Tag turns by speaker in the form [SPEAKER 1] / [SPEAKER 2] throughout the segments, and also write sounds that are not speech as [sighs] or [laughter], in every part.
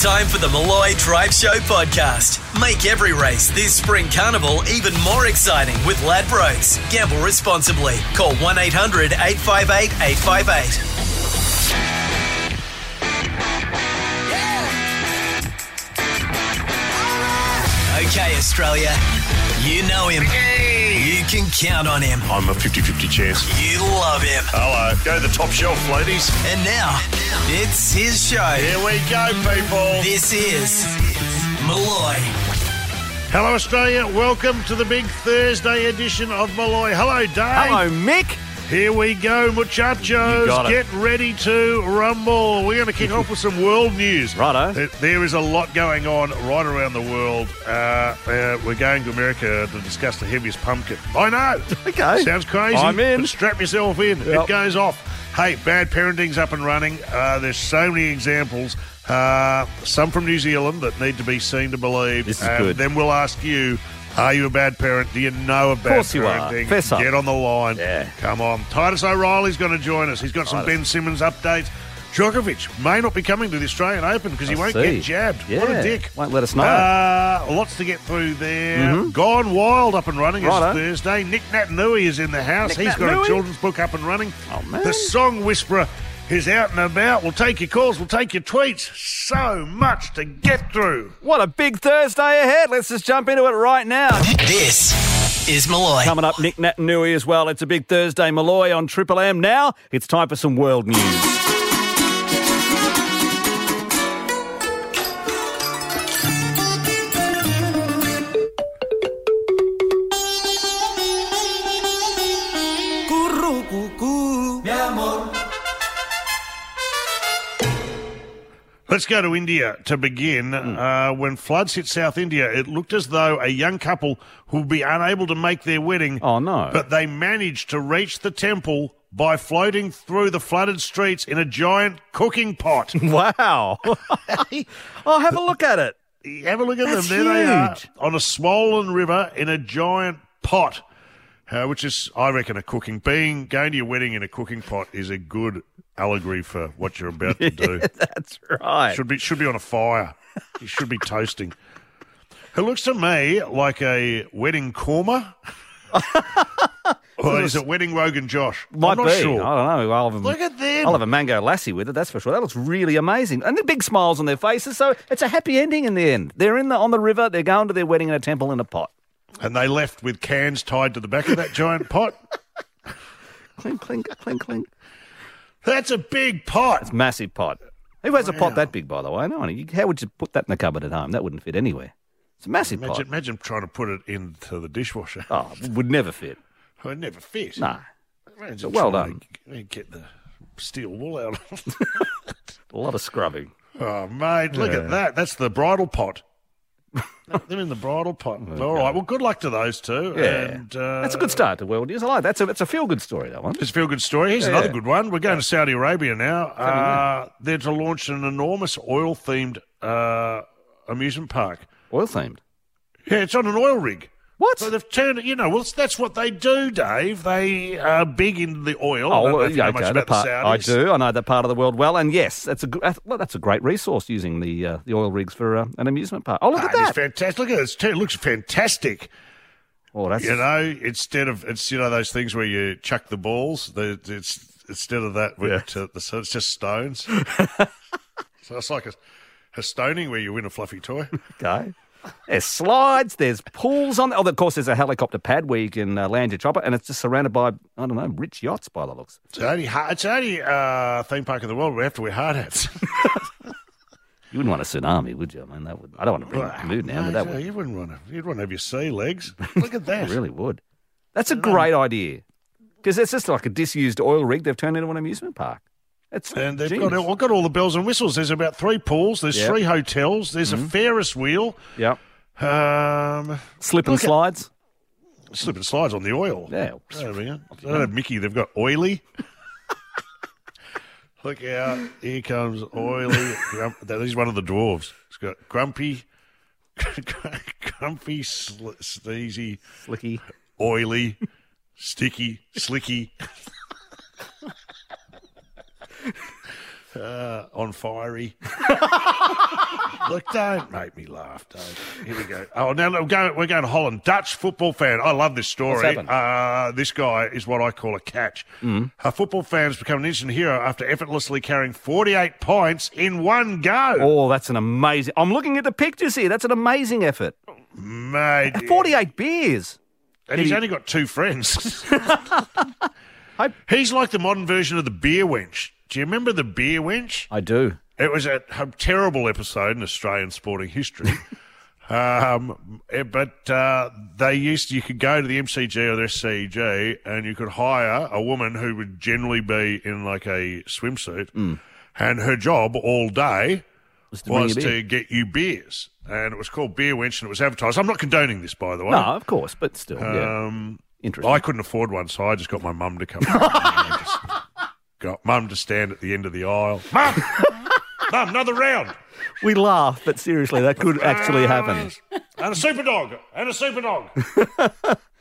[SPEAKER 1] Time for the Malloy Drive Show podcast. Make every race this spring carnival even more exciting with Ladbrokes. Gamble responsibly. Call 1 800 858 858. Okay, Australia. You know him. You can count on him.
[SPEAKER 2] I'm a 50 50 chance.
[SPEAKER 1] You love him.
[SPEAKER 2] Hello. Go to the top shelf, ladies.
[SPEAKER 1] And now, it's his show.
[SPEAKER 2] Here we go, people.
[SPEAKER 1] This is Malloy.
[SPEAKER 2] Hello, Australia. Welcome to the big Thursday edition of Malloy. Hello, Dave.
[SPEAKER 3] Hello, Mick.
[SPEAKER 2] Here we go, muchachos.
[SPEAKER 3] You got it.
[SPEAKER 2] Get ready to rumble. We're going to kick off with some world news.
[SPEAKER 3] Righto.
[SPEAKER 2] There- There is a lot going on right around the world. Uh, uh, we're going to America to discuss the heaviest pumpkin. I know.
[SPEAKER 3] [laughs] Okay.
[SPEAKER 2] Sounds crazy.
[SPEAKER 3] I'm
[SPEAKER 2] [laughs]
[SPEAKER 3] in.
[SPEAKER 2] But strap yourself in. It
[SPEAKER 3] Yep.
[SPEAKER 2] goes off. Hey, bad parenting's up and running. Uh, there's so many examples. Uh, some from New Zealand that need to be seen to believe.
[SPEAKER 3] This is
[SPEAKER 2] and
[SPEAKER 3] good.
[SPEAKER 2] Then we'll ask you. Are you a bad parent? Do you know about
[SPEAKER 3] course you are.
[SPEAKER 2] parenting?
[SPEAKER 3] Fess up.
[SPEAKER 2] Get on the line.
[SPEAKER 3] Yeah.
[SPEAKER 2] Come on. Titus O'Reilly's going to join us. He's got some
[SPEAKER 3] Titus.
[SPEAKER 2] Ben Simmons updates. Djokovic may not be coming to the Australian Open because he
[SPEAKER 3] I
[SPEAKER 2] won't
[SPEAKER 3] see.
[SPEAKER 2] get jabbed. What a
[SPEAKER 3] Yeah.
[SPEAKER 2] dick.
[SPEAKER 3] Won't let us know. Mm-hmm.
[SPEAKER 2] Uh, lots to get through there. Gone Wild up and running
[SPEAKER 3] Righto.
[SPEAKER 2] is Thursday. Nick Natanui is in the house.
[SPEAKER 3] Nick
[SPEAKER 2] He's got a
[SPEAKER 3] Natanui?
[SPEAKER 2] children's book up and running.
[SPEAKER 3] Oh, man.
[SPEAKER 2] The Song Whisperer is out and about. We'll take your calls. We'll take your tweets. So much to get through.
[SPEAKER 3] What a big Thursday ahead. Let's just jump into it right now.
[SPEAKER 1] This is Malloy.
[SPEAKER 3] Coming up, Nick Natanui as well. It's a big Thursday Malloy on Triple M. Now it's time for some world news.
[SPEAKER 2] Let's go to India to begin.
[SPEAKER 3] Hmm.
[SPEAKER 2] Uh, when floods hit South India, it looked as though a young couple would be unable to make their wedding.
[SPEAKER 3] Oh, no.
[SPEAKER 2] But they managed to reach the temple by floating through the flooded streets in a giant cooking pot.
[SPEAKER 3] [laughs]
[SPEAKER 2] [laughs]
[SPEAKER 3] Wow. oh, have a look at it.
[SPEAKER 2] Have a look at
[SPEAKER 3] That's
[SPEAKER 2] them. There they are
[SPEAKER 3] huge.
[SPEAKER 2] on a swollen river in a giant pot, uh, which is, I reckon, a cooking. Being going to your wedding in a cooking pot is a good allegory for what you're about
[SPEAKER 3] [laughs]
[SPEAKER 2] to do.
[SPEAKER 3] That's right.
[SPEAKER 2] Should be should be on a fire. You should be toasting. It looks to me like a wedding korma. or is it wedding Rogan Josh?
[SPEAKER 3] Might
[SPEAKER 2] I'm not
[SPEAKER 3] be.
[SPEAKER 2] sure.
[SPEAKER 3] I don't know. I'll have a,
[SPEAKER 2] Look at them.
[SPEAKER 3] I'll have a mango lassi with it. That's for sure. That looks really amazing, and the big smiles on their faces. So it's a happy ending in the end. They're in the on the river. They're going to their wedding in a temple in a pot.
[SPEAKER 2] And they left with cans tied to the back of that giant pot.
[SPEAKER 3] [laughs] Clink, clink, clink, clink.
[SPEAKER 2] That's a big pot.
[SPEAKER 3] Massive pot. Who has a pot that big, by the way? No one. You- How would you put that in the cupboard at home? That wouldn't fit anywhere. It's a massive
[SPEAKER 2] Imagine,
[SPEAKER 3] pot.
[SPEAKER 2] imagine trying to put it into the dishwasher.
[SPEAKER 3] Oh, it would never
[SPEAKER 2] [laughs]
[SPEAKER 3] fit.
[SPEAKER 2] It never fit.
[SPEAKER 3] No.
[SPEAKER 2] Imagine
[SPEAKER 3] well
[SPEAKER 2] trying to g- get the steel wool out. of-
[SPEAKER 3] A lot of scrubbing.
[SPEAKER 2] [laughs] oh, mate, look at that. That's the bridal pot. They're in the bridal pot. All right. Well, good luck to those two.
[SPEAKER 3] Yeah.
[SPEAKER 2] And, uh,
[SPEAKER 3] That's a good start to World News. I like that. That's a, that's a feel good story, that one.
[SPEAKER 2] It's a feel good story. Here's another good one. We're going to Saudi Arabia now. Uh, they're to launch an enormous oil themed uh, amusement park.
[SPEAKER 3] Oil themed.
[SPEAKER 2] Yeah, it's on an oil rig.
[SPEAKER 3] What?
[SPEAKER 2] So they've turned it, you know, well, it's- that's what they do, Dave. They are big into the oil. I
[SPEAKER 3] Oh,
[SPEAKER 2] don't know
[SPEAKER 3] well,
[SPEAKER 2] if you know
[SPEAKER 3] yeah,
[SPEAKER 2] much
[SPEAKER 3] okay.
[SPEAKER 2] about
[SPEAKER 3] that
[SPEAKER 2] the
[SPEAKER 3] part, I
[SPEAKER 2] Saudis.
[SPEAKER 3] do. I know that part of the world well. And yes, that's a gr- that's- well, that's a great resource using the uh, the oil rigs for uh, an amusement park. Oh, look
[SPEAKER 2] Ah,
[SPEAKER 3] at
[SPEAKER 2] it is
[SPEAKER 3] that!
[SPEAKER 2] fantastic. Look at this. too. It looks fantastic.
[SPEAKER 3] oh, that's
[SPEAKER 2] You know, instead of it's you know those things where you chuck the balls. The, it's instead of that, yeah. the, so it's
[SPEAKER 3] [laughs]
[SPEAKER 2] just stones. so it's like a, a stoning where you win a fluffy toy.
[SPEAKER 3] [laughs] okay. There's slides. There's pools on. Oh, of course, there's a helicopter pad where you can uh, land your chopper, and it's just surrounded by I don't know rich yachts by the looks.
[SPEAKER 2] It's the only, ha- it's the only uh, theme park in the world where we have to wear hard hats.
[SPEAKER 3] You wouldn't want a tsunami, would you? I mean, that would. I don't want to bring up the mood now, but that
[SPEAKER 2] No,
[SPEAKER 3] would
[SPEAKER 2] you wouldn't want to. You'd want to have your sea legs.
[SPEAKER 3] [laughs]
[SPEAKER 2] Look at that.
[SPEAKER 3] really would. That's a great idea because it's just like a disused oil rig they've turned into an amusement park. It's
[SPEAKER 2] And they've
[SPEAKER 3] genius.
[SPEAKER 2] got, all- got all the bells and whistles. There's about three pools. There's
[SPEAKER 3] Yep.
[SPEAKER 2] three hotels. There's a Ferris wheel.
[SPEAKER 3] yep.
[SPEAKER 2] Um,
[SPEAKER 3] Slip and
[SPEAKER 2] Look at-
[SPEAKER 3] slides.
[SPEAKER 2] slip and slides on the oil.
[SPEAKER 3] Yeah.
[SPEAKER 2] There we go. They don't have Mickey. They've got oily. [laughs] Look out! Here comes oily. Grump- that- He's one of the dwarves. He's got grumpy, [laughs] grumpy, sl- sneezy,
[SPEAKER 3] Slicky.
[SPEAKER 2] oily, sticky, slicky, [laughs] [laughs] uh, on fiery. [laughs] Look, don't make me laugh, Dave. Here we go. Oh, now we're going, we're going to Holland. Dutch football fan. I love this story.
[SPEAKER 3] happened?
[SPEAKER 2] Uh, this guy is what I call a catch.
[SPEAKER 3] Mm.
[SPEAKER 2] A football fan's become an instant hero after effortlessly carrying 48 points in one go.
[SPEAKER 3] Oh, that's an amazing. I'm looking at the pictures here. That's an amazing effort.
[SPEAKER 2] Mate.
[SPEAKER 3] 48 beers.
[SPEAKER 2] And he's only got two friends.
[SPEAKER 3] [laughs] I-
[SPEAKER 2] he's like the modern version of the beer wench. Do you remember the beer wench?
[SPEAKER 3] I do.
[SPEAKER 2] It was a, a terrible episode in Australian
[SPEAKER 3] [laughs]
[SPEAKER 2] sporting history. um, eh, but uh, they used you could go to the MCG or the SCG and you could hire a woman who would generally be in like a swimsuit, and her job all day
[SPEAKER 3] Mm.
[SPEAKER 2] was,
[SPEAKER 3] to bring you beer.
[SPEAKER 2] to get you beers. And it was called Beer Wench and it was advertised. I'm not condoning this, by the way.
[SPEAKER 3] No, of course, but still. yeah. Interesting.
[SPEAKER 2] Um, I couldn't afford one, so I just got my mum to come.
[SPEAKER 3] [laughs]
[SPEAKER 2] And I just got mum to stand at the end of the aisle. Mum, mum, another round,
[SPEAKER 3] [laughs] we laugh, but seriously, that could actually happen.
[SPEAKER 2] and a super dog, and a
[SPEAKER 3] [laughs]
[SPEAKER 2] super dog.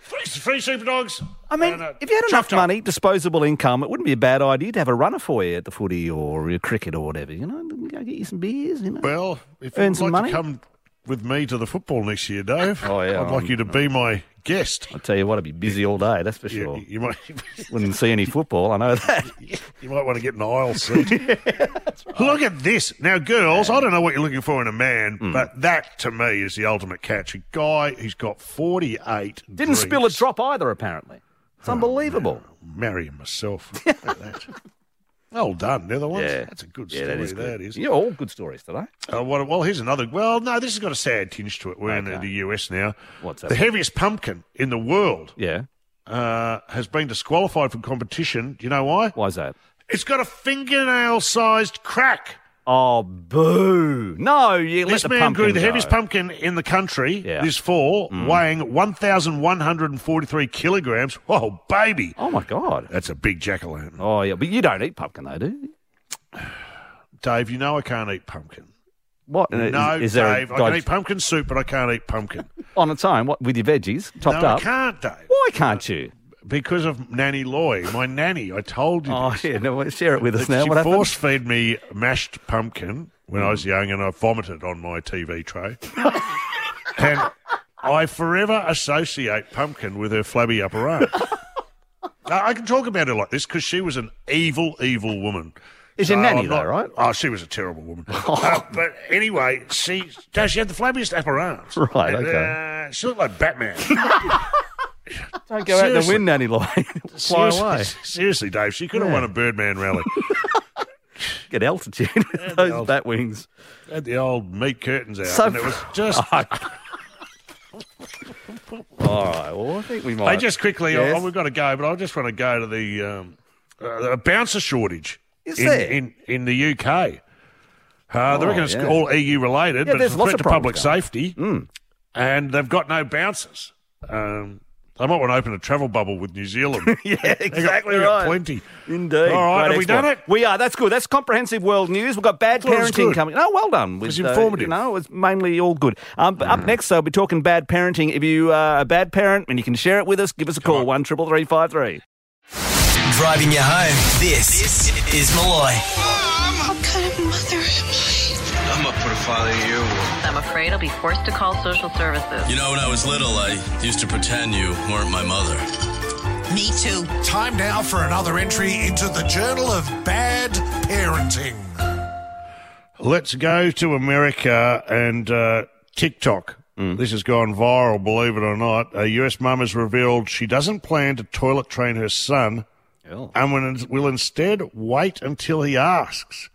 [SPEAKER 2] Three, three super dogs.
[SPEAKER 3] I mean,
[SPEAKER 2] and a
[SPEAKER 3] if you had
[SPEAKER 2] chuff
[SPEAKER 3] enough
[SPEAKER 2] chuff.
[SPEAKER 3] money, disposable income, it wouldn't be a bad idea to have a runner for you at the footy or your cricket or whatever. You know, go get you some beers. You know,
[SPEAKER 2] Well, if
[SPEAKER 3] Earn
[SPEAKER 2] you'd
[SPEAKER 3] some
[SPEAKER 2] like
[SPEAKER 3] money.
[SPEAKER 2] to come with me to the football next year, Dave,
[SPEAKER 3] Oh, yeah,
[SPEAKER 2] I'd like you to be my guest.
[SPEAKER 3] I tell you what, I'd be busy all day. That's for sure.
[SPEAKER 2] You, you might, [laughs]
[SPEAKER 3] Wouldn't see any football. I know that.
[SPEAKER 2] you might want to get an aisle
[SPEAKER 3] [laughs]
[SPEAKER 2] seat. Look at this. Now, girls, I don't know what you're looking for in a man,
[SPEAKER 3] Mm.
[SPEAKER 2] but that to me is the ultimate catch. A guy who's got 48. Didn't
[SPEAKER 3] Didn't spill a drop either. Apparently, it's unbelievable.
[SPEAKER 2] Marrying Oh, myself.
[SPEAKER 3] [laughs]
[SPEAKER 2] Look at that. Well done, they're the ones. That's a good story.
[SPEAKER 3] that is
[SPEAKER 2] that
[SPEAKER 3] good.
[SPEAKER 2] is.
[SPEAKER 3] Yeah, all good stories today.
[SPEAKER 2] Uh, what, well, here's another. Well, no, this has got a sad tinge to it. We're in
[SPEAKER 3] Okay.
[SPEAKER 2] the US now.
[SPEAKER 3] What's
[SPEAKER 2] the
[SPEAKER 3] that?
[SPEAKER 2] heaviest pumpkin in the world
[SPEAKER 3] Yeah.
[SPEAKER 2] uh, has been disqualified from competition. Do you know why?
[SPEAKER 3] Why's that?
[SPEAKER 2] It's got a fingernail-sized crack.
[SPEAKER 3] Oh, boo! No, you let
[SPEAKER 2] This
[SPEAKER 3] the
[SPEAKER 2] man
[SPEAKER 3] pumpkin
[SPEAKER 2] grew the
[SPEAKER 3] go.
[SPEAKER 2] heaviest pumpkin in the country
[SPEAKER 3] Yeah. Mm.
[SPEAKER 2] this fall, weighing 1,143 kilograms. Whoa, baby.
[SPEAKER 3] Oh my god!
[SPEAKER 2] That's a big jack o' lantern.
[SPEAKER 3] Oh yeah, but you don't eat pumpkin though, do you?
[SPEAKER 2] Dave, you know I can't eat pumpkin.
[SPEAKER 3] What?
[SPEAKER 2] no,
[SPEAKER 3] is, is there
[SPEAKER 2] Dave,
[SPEAKER 3] a
[SPEAKER 2] I can
[SPEAKER 3] dig-
[SPEAKER 2] eat pumpkin soup, but I can't
[SPEAKER 3] [laughs]
[SPEAKER 2] eat pumpkin.
[SPEAKER 3] on its own? What with your veggies topped
[SPEAKER 2] no,
[SPEAKER 3] up?
[SPEAKER 2] I can't, Dave.
[SPEAKER 3] Why can't you?
[SPEAKER 2] Because of Nanny Loy, my nanny. I told you.
[SPEAKER 3] Oh
[SPEAKER 2] this.
[SPEAKER 3] yeah, no, well, share it with us now.
[SPEAKER 2] She
[SPEAKER 3] What happened?
[SPEAKER 2] force fed me mashed pumpkin when I was young, and I vomited on my
[SPEAKER 3] [laughs]
[SPEAKER 2] TV tray. and I forever associate pumpkin with her flabby
[SPEAKER 3] [laughs]
[SPEAKER 2] upper arm. Now, I can talk about her like this because she was an evil, evil woman.
[SPEAKER 3] Is your
[SPEAKER 2] No,
[SPEAKER 3] nanny
[SPEAKER 2] I'm
[SPEAKER 3] though,
[SPEAKER 2] not-
[SPEAKER 3] right?
[SPEAKER 2] Oh, she was a
[SPEAKER 3] [laughs]
[SPEAKER 2] terrible woman. Uh, but anyway, she no, she had the flabbiest upper arms.
[SPEAKER 3] Right,
[SPEAKER 2] And,
[SPEAKER 3] okay.
[SPEAKER 2] uh, she looked like Batman.
[SPEAKER 3] [laughs]
[SPEAKER 2] [laughs]
[SPEAKER 3] Don't go out in the
[SPEAKER 2] Seriously.
[SPEAKER 3] wind, Nanny Lloyd. Fly
[SPEAKER 2] seriously,
[SPEAKER 3] away.
[SPEAKER 2] seriously, Dave, she could have
[SPEAKER 3] Yeah.
[SPEAKER 2] won a Birdman rally.
[SPEAKER 3] [laughs] Get altitude with those bat wings.
[SPEAKER 2] had the old meat curtains out,
[SPEAKER 3] So-
[SPEAKER 2] and it was just
[SPEAKER 3] [laughs] All right. Well, I think we might.
[SPEAKER 2] I just quickly,
[SPEAKER 3] Yes.
[SPEAKER 2] oh, we've got to go, but I just want to go to the um, uh, the bouncer shortage
[SPEAKER 3] Is
[SPEAKER 2] in,
[SPEAKER 3] there?
[SPEAKER 2] in in the UK. Uh, they
[SPEAKER 3] Oh,
[SPEAKER 2] reckon it's
[SPEAKER 3] yeah.
[SPEAKER 2] all EU related,
[SPEAKER 3] Yeah, Mm.
[SPEAKER 2] but it's
[SPEAKER 3] there's
[SPEAKER 2] a
[SPEAKER 3] lots of
[SPEAKER 2] threat to public
[SPEAKER 3] problems,
[SPEAKER 2] safety, and they've got no bouncers. Um, they might want to open a travel bubble with New Zealand.
[SPEAKER 3] [laughs] yeah,
[SPEAKER 2] They got-
[SPEAKER 3] exactly
[SPEAKER 2] they got
[SPEAKER 3] right.
[SPEAKER 2] Plenty.
[SPEAKER 3] Indeed.
[SPEAKER 2] All right,
[SPEAKER 3] Great
[SPEAKER 2] have we
[SPEAKER 3] export.
[SPEAKER 2] done it?
[SPEAKER 3] We are. That's good. That's comprehensive world news. We've got bad
[SPEAKER 2] Thought it was
[SPEAKER 3] parenting
[SPEAKER 2] good.
[SPEAKER 3] coming. No, well done. With, uh,
[SPEAKER 2] was informative. Mm.
[SPEAKER 3] you know, it was mainly all good. Um, but Up next, so we'll be talking bad parenting. If you are a bad parent and you can share it with us, give us a call. One triple three five three.
[SPEAKER 1] Driving you home, this, this is Malloy.
[SPEAKER 4] What kind of mother am I?
[SPEAKER 5] I'm up for the father of you.
[SPEAKER 6] I'm afraid I'll be forced to call social services.
[SPEAKER 7] You know, when I was little, I used to pretend you weren't my mother.
[SPEAKER 8] Me too.
[SPEAKER 9] Time now for another entry into the Journal of Bad Parenting.
[SPEAKER 2] Let's go to America and uh, TikTok.
[SPEAKER 3] Mm.
[SPEAKER 2] This has gone viral, believe it or not. A US mum has revealed she doesn't plan to toilet train her son and will- will instead wait until he asks.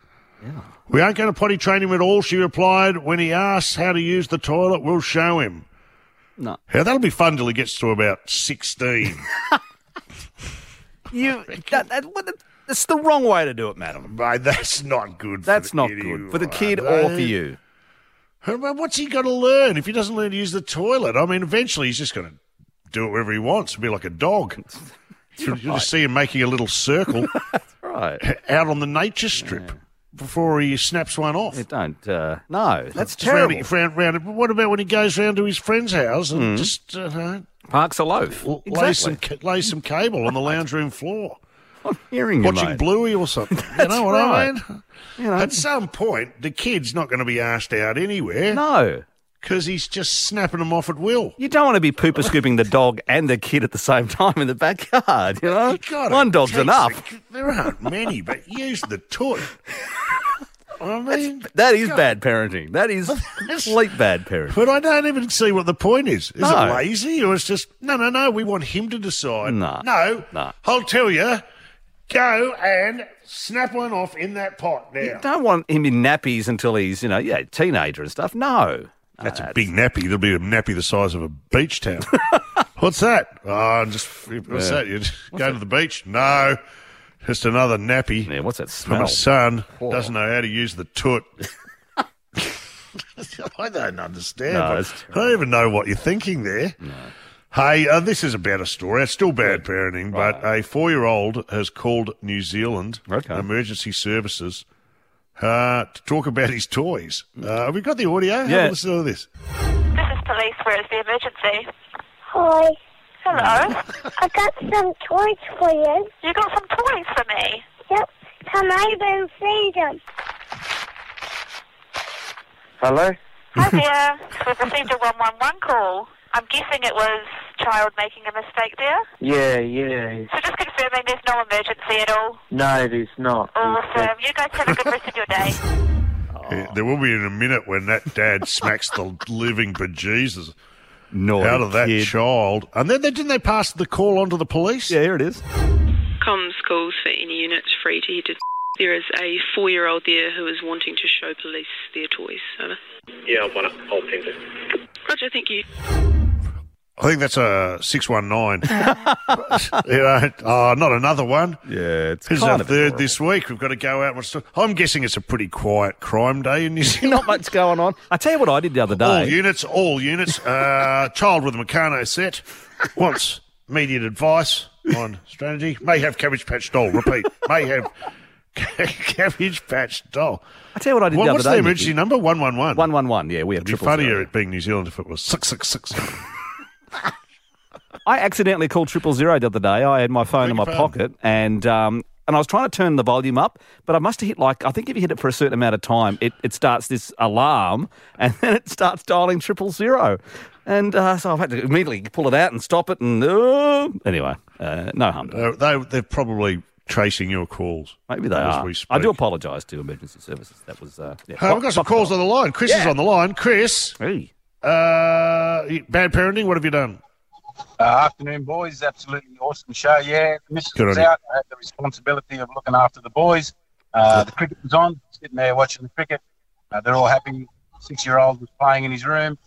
[SPEAKER 2] We aren't going to potty train him at all, she replied. When he asks how to use the toilet, we'll show him.
[SPEAKER 3] No.
[SPEAKER 2] Yeah, that'll be fun till he gets to about 16.
[SPEAKER 3] [laughs] You. That, that, what the- that's the wrong way to do it, madam.
[SPEAKER 2] Mate, that's not good. for
[SPEAKER 3] That's
[SPEAKER 2] the
[SPEAKER 3] not
[SPEAKER 2] kid
[SPEAKER 3] good
[SPEAKER 2] either,
[SPEAKER 3] for the kid
[SPEAKER 2] right?
[SPEAKER 3] or for you.
[SPEAKER 2] Hey, well, What's he going to learn if he doesn't learn to use the toilet? I mean, eventually he's just going to do it wherever he wants and be like
[SPEAKER 3] [laughs]
[SPEAKER 2] a dog. You'll, you'll just see him making a little circle
[SPEAKER 3] Right.
[SPEAKER 2] [laughs] out on the nature strip before he snaps one off.
[SPEAKER 3] You don't. Uh, no, that's
[SPEAKER 2] Just round-
[SPEAKER 3] terrible.
[SPEAKER 2] round- round- But what about when he goes round to his friend's house and
[SPEAKER 3] Mm.
[SPEAKER 2] just uh,
[SPEAKER 3] Parks a loaf.
[SPEAKER 2] lay, some, ca- lay some cable on the lounge room floor?
[SPEAKER 3] [laughs] I'm hearing you,
[SPEAKER 2] watching
[SPEAKER 3] mate. [laughs]
[SPEAKER 2] Bluey
[SPEAKER 7] [laughs]
[SPEAKER 2] or something. you know what I
[SPEAKER 3] right.
[SPEAKER 2] mean?
[SPEAKER 3] You know.
[SPEAKER 2] At some point, the kid's not going to be arsed out anywhere
[SPEAKER 3] No,
[SPEAKER 2] because he's just snapping them off at will.
[SPEAKER 3] you don't want to be pooper scooping the dog and the kid at the same time in the backyard. You know,
[SPEAKER 2] You gotta
[SPEAKER 3] one dog's
[SPEAKER 2] teach the
[SPEAKER 3] enough.
[SPEAKER 2] ki- there aren't many, but [laughs] use the toy. I mean,
[SPEAKER 3] That is bad parenting. That is
[SPEAKER 2] [laughs] That's-
[SPEAKER 3] complete bad parenting.
[SPEAKER 2] but I don't even see what the point is. Is
[SPEAKER 3] No.
[SPEAKER 2] it lazy or it's just no, no, no? We want him to decide.
[SPEAKER 3] No.
[SPEAKER 2] no,
[SPEAKER 3] No.
[SPEAKER 2] I'll tell you. Go and snap one off in that pot now.
[SPEAKER 3] You don't want him in nappies until he's, you know, yeah, teenager and stuff. No.
[SPEAKER 2] That's a big nappy. There'll be a nappy the size of a
[SPEAKER 3] [laughs]
[SPEAKER 2] beach towel. what's that? Oh, I'm just what's that? You just go to the beach? No, just another nappy
[SPEAKER 3] Yeah, what's that
[SPEAKER 2] from
[SPEAKER 3] smell? Oh.
[SPEAKER 2] a son doesn't know how to use the toot. [laughs] I don't understand.
[SPEAKER 3] No,
[SPEAKER 2] I-
[SPEAKER 3] that's
[SPEAKER 2] I don't even know what you're thinking there. Hey, uh, this is a better story. It's still bad parenting, but a four-year-old has called New Zealand
[SPEAKER 3] Okay.
[SPEAKER 2] emergency services uh, to talk about his toys. Uh, have we got the audio? Have a
[SPEAKER 3] Yeah.
[SPEAKER 2] listen to this.
[SPEAKER 10] This is police. Where is the emergency? Hi. Hello. [laughs] I got some toys for you. You got some toys for me? Yep. Come over and see them.
[SPEAKER 11] Hello?
[SPEAKER 10] Hi there. We've received a 111 call. I'm guessing it was child making a mistake there.
[SPEAKER 11] Yeah, yeah.
[SPEAKER 10] So just confirming there's no emergency at all.
[SPEAKER 11] No, it is not.
[SPEAKER 10] Awesome. You guys have a good rest of your day. [laughs]
[SPEAKER 2] Uh, There will be in a minute when that dad smacks the [laughs] living bejesus
[SPEAKER 3] Naughty
[SPEAKER 2] out of that
[SPEAKER 3] kid.
[SPEAKER 2] child. And then they, didn't they pass the call on to the police?
[SPEAKER 3] Yeah, here it is.
[SPEAKER 10] Comms calls for any units free to head to. There is a four year old there who is wanting to show police their toys. Over.
[SPEAKER 11] Yeah, I want to hold pendant.
[SPEAKER 10] Roger, thank you.
[SPEAKER 2] I think that's a 619. you know, oh, not another one.
[SPEAKER 3] Yeah, it's
[SPEAKER 2] Here's
[SPEAKER 3] kind
[SPEAKER 2] our
[SPEAKER 3] of
[SPEAKER 2] third
[SPEAKER 3] adorable.
[SPEAKER 2] this week. We've got to go out. and st- I'm guessing it's a pretty quiet crime
[SPEAKER 3] [laughs]
[SPEAKER 2] day in New Zealand. Oh,
[SPEAKER 3] Not much going on. I tell you what I did the other
[SPEAKER 2] All
[SPEAKER 3] day.
[SPEAKER 2] units, all units. Uh, child with a Meccano set wants immediate advice on strategy. May have cabbage patch doll. Repeat. May have ca- [laughs] cabbage patch doll.
[SPEAKER 3] I tell you what I did
[SPEAKER 2] Well,
[SPEAKER 3] the other
[SPEAKER 2] what's
[SPEAKER 3] day.
[SPEAKER 2] the
[SPEAKER 3] Nicky.
[SPEAKER 2] emergency number? One one one.
[SPEAKER 3] One one one. Yeah, we have
[SPEAKER 2] It'd be
[SPEAKER 3] triple
[SPEAKER 2] funnier
[SPEAKER 3] zero.
[SPEAKER 2] it being New Zealand if it was six six six.
[SPEAKER 3] [laughs] I accidentally called triple zero the other day. I had my phone in my
[SPEAKER 2] Beg your
[SPEAKER 3] pocket and um, and I was trying to turn the volume up, but I must have hit like I think if you hit it for a certain amount of time, it, it starts this alarm [laughs] and then it starts dialing triple zero, and uh, so I've had to immediately pull it out and stop it and uh, anyway, uh, no harm. done.
[SPEAKER 2] Uh, they they're probably tracing your calls.
[SPEAKER 3] Maybe they
[SPEAKER 2] as
[SPEAKER 3] are.
[SPEAKER 2] we speak.
[SPEAKER 3] I do apologise to emergency services. That was uh, yeah,
[SPEAKER 2] Uh, we've got some
[SPEAKER 3] pop- pop
[SPEAKER 2] calls
[SPEAKER 3] it
[SPEAKER 2] on the line. Chris is
[SPEAKER 3] Yeah.
[SPEAKER 2] on the line. Chris,
[SPEAKER 3] on. Hey.
[SPEAKER 2] uh, bad parenting. What have you done?
[SPEAKER 11] Uh, afternoon, boys. Absolutely awesome show. Yeah, the missus
[SPEAKER 2] Good
[SPEAKER 11] was
[SPEAKER 2] on you.
[SPEAKER 11] out. I had the responsibility of looking after the boys. Uh, the cricket was on, sitting there watching the cricket. Uh, they're all happy. Six year old was playing in his room.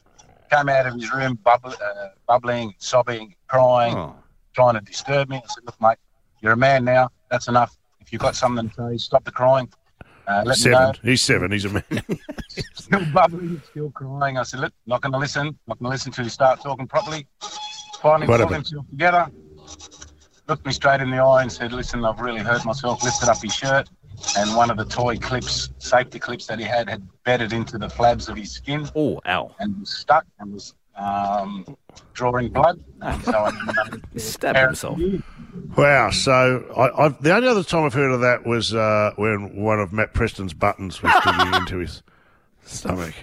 [SPEAKER 11] Came out of his room bubble, uh, bubbling, sobbing, crying,
[SPEAKER 3] Oh.
[SPEAKER 11] trying to disturb me. I said, Look, mate, you're a man now. That's enough. If you've got something to say, stop the crying. Uh, let me know.
[SPEAKER 2] Seven. He's seven. He's a man. [laughs]
[SPEAKER 11] still bubbling, still crying. I said, Look, not going to listen, not going to listen till you start talking properly. Finally,
[SPEAKER 2] What
[SPEAKER 11] pulled
[SPEAKER 2] happened?
[SPEAKER 11] himself together, looked me straight in the eye, and said, Listen, I've really hurt myself. Lifted up his shirt, and one of the toy clips, safety clips that he had, had bedded into the flabs of his skin
[SPEAKER 3] Oh, ow!
[SPEAKER 11] and was stuck and was um, drawing blood. So I
[SPEAKER 3] [laughs] He stabbed himself.
[SPEAKER 2] Wow. So I, I've, the only other time I've heard of that was uh, when one of Matt Preston's buttons was digging [laughs] into his stomach.